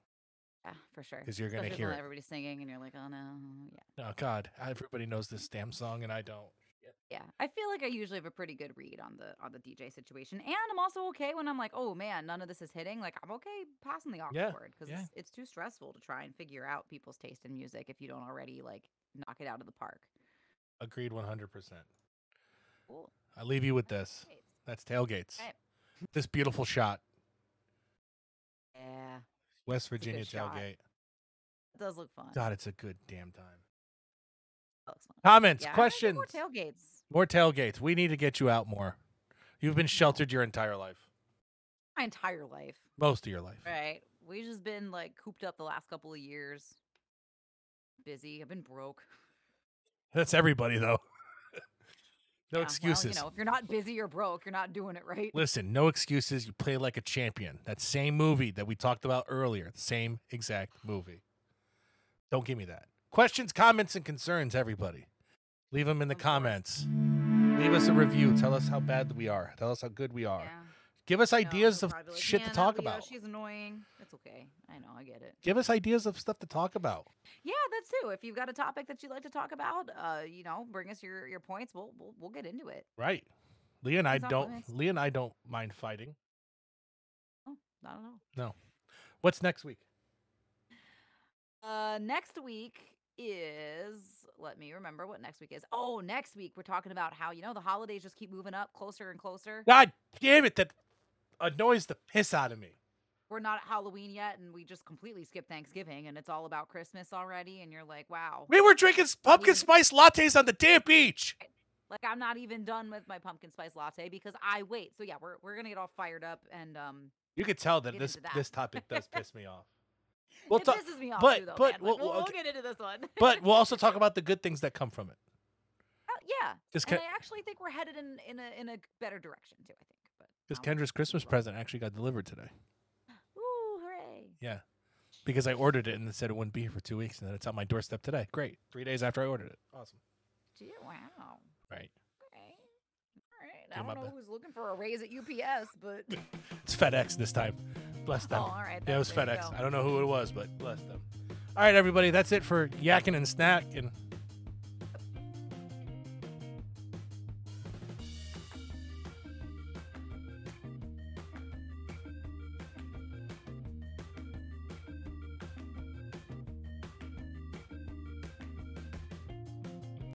B: yeah, for sure.
A: 'Cause you're gonna
B: Especially if
A: hear
B: only
A: it.
B: Everybody's singing, and you're like, oh no, yeah.
A: Oh God, everybody knows this damn song, and I don't.
B: Yeah, I feel like I usually have a pretty good read on the on the DJ situation, and I'm also okay when I'm like, oh man, none of this is hitting. Like I'm okay passing the aux
A: Yeah,
B: because
A: yeah.
B: it's, it's too stressful to try and figure out people's taste in music if you don't already like knock it out of the park.
A: Agreed, one hundred percent.
B: Cool.
A: I leave you with this.
B: Great.
A: That's tailgates.
B: Right.
A: This beautiful shot,
B: Yeah,
A: West
B: a good
A: Virginia
B: shot.
A: tailgate.
B: it does look fun.
A: God, it's a good damn time.
B: It looks fun.
A: Comments,
B: Yeah, I wanna do
A: questions,
B: more tailgates.
A: more tailgates. We need to get you out more. You've been sheltered your entire life,
B: My entire life,
A: most of your life.
B: right? We've just been like cooped up the last couple of years. Busy. I've been broke.
A: That's everybody though. no
B: Yeah, Um, well,
A: excuses.
B: you know, if you're not busy or broke, you're not doing it right.
A: Listen, no excuses. You play like a champion. That same movie that we talked about earlier, the same exact movie. Don't give me that. Questions, comments, and concerns, everybody. Leave them in the
B: Of course.
A: comments. Leave us a review. Tell us how bad we are. Tell us how good we are.
B: Yeah.
A: Give us
B: No,
A: ideas
B: they'll
A: of
B: probably be like,
A: shit
B: "Man,
A: to
B: that
A: talk
B: Leo,
A: about.
B: She's annoying. That's okay. I know. I get it.
A: Give us ideas of stuff to talk about.
B: Yeah, that's too. If you've got a topic that you'd like to talk about, uh, you know, bring us your your points. We'll we'll, we'll get into it.
A: Right. Leah and I
B: It's off
A: don't.
B: limits.
A: Leah and I don't mind fighting.
B: I don't know.
A: What's next week?
B: Uh, next week is let me remember what next week is. Oh, next week we're talking about how you know the holidays just keep moving up closer and closer.
A: God damn it! That annoys the piss out of me.
B: We're not at Halloween yet, and we just completely skip Thanksgiving, and it's all about Christmas already. And you're like, wow.
A: We were drinking s- pumpkin
B: Leah-
A: spice lattes on the damn beach.
B: Like I'm not even done with my pumpkin spice latte because I wait. So yeah, we're we're gonna get all fired up and um
A: You could tell that
B: Get
A: this
B: into that.
A: this topic does piss me off. We'll
B: it
A: talk,
B: pisses me off
A: but-
B: too, though,
A: but
B: man. Like,
A: we'll-
B: we'll,
A: we'll-
B: we'll get into this one.
A: but we'll also talk about the good things that come from it.
B: Oh, yeah,
A: Because
B: and I actually think we're headed in in a in a better direction too. I think. But I'll-
A: Kendra's Christmas
B: wrong.
A: present actually got delivered today
B: Ooh, hooray!
A: because I ordered it and it said it wouldn't be here for two weeks, and then it's on my doorstep today. Great, three days after I ordered it. Awesome.
B: Gee, wow.
A: Right.
B: Okay. All right.
A: Yeah,
B: I
A: my
B: don't know
A: bad.
B: who's looking for a raise at UPS, but
A: It's FedEx this time. Bless them.
B: Oh, all right,
A: yeah, it was
B: then. There you
A: FedEx.
B: go.
A: I don't know who it was, but bless them. All right, everybody, that's it for yakking and snack and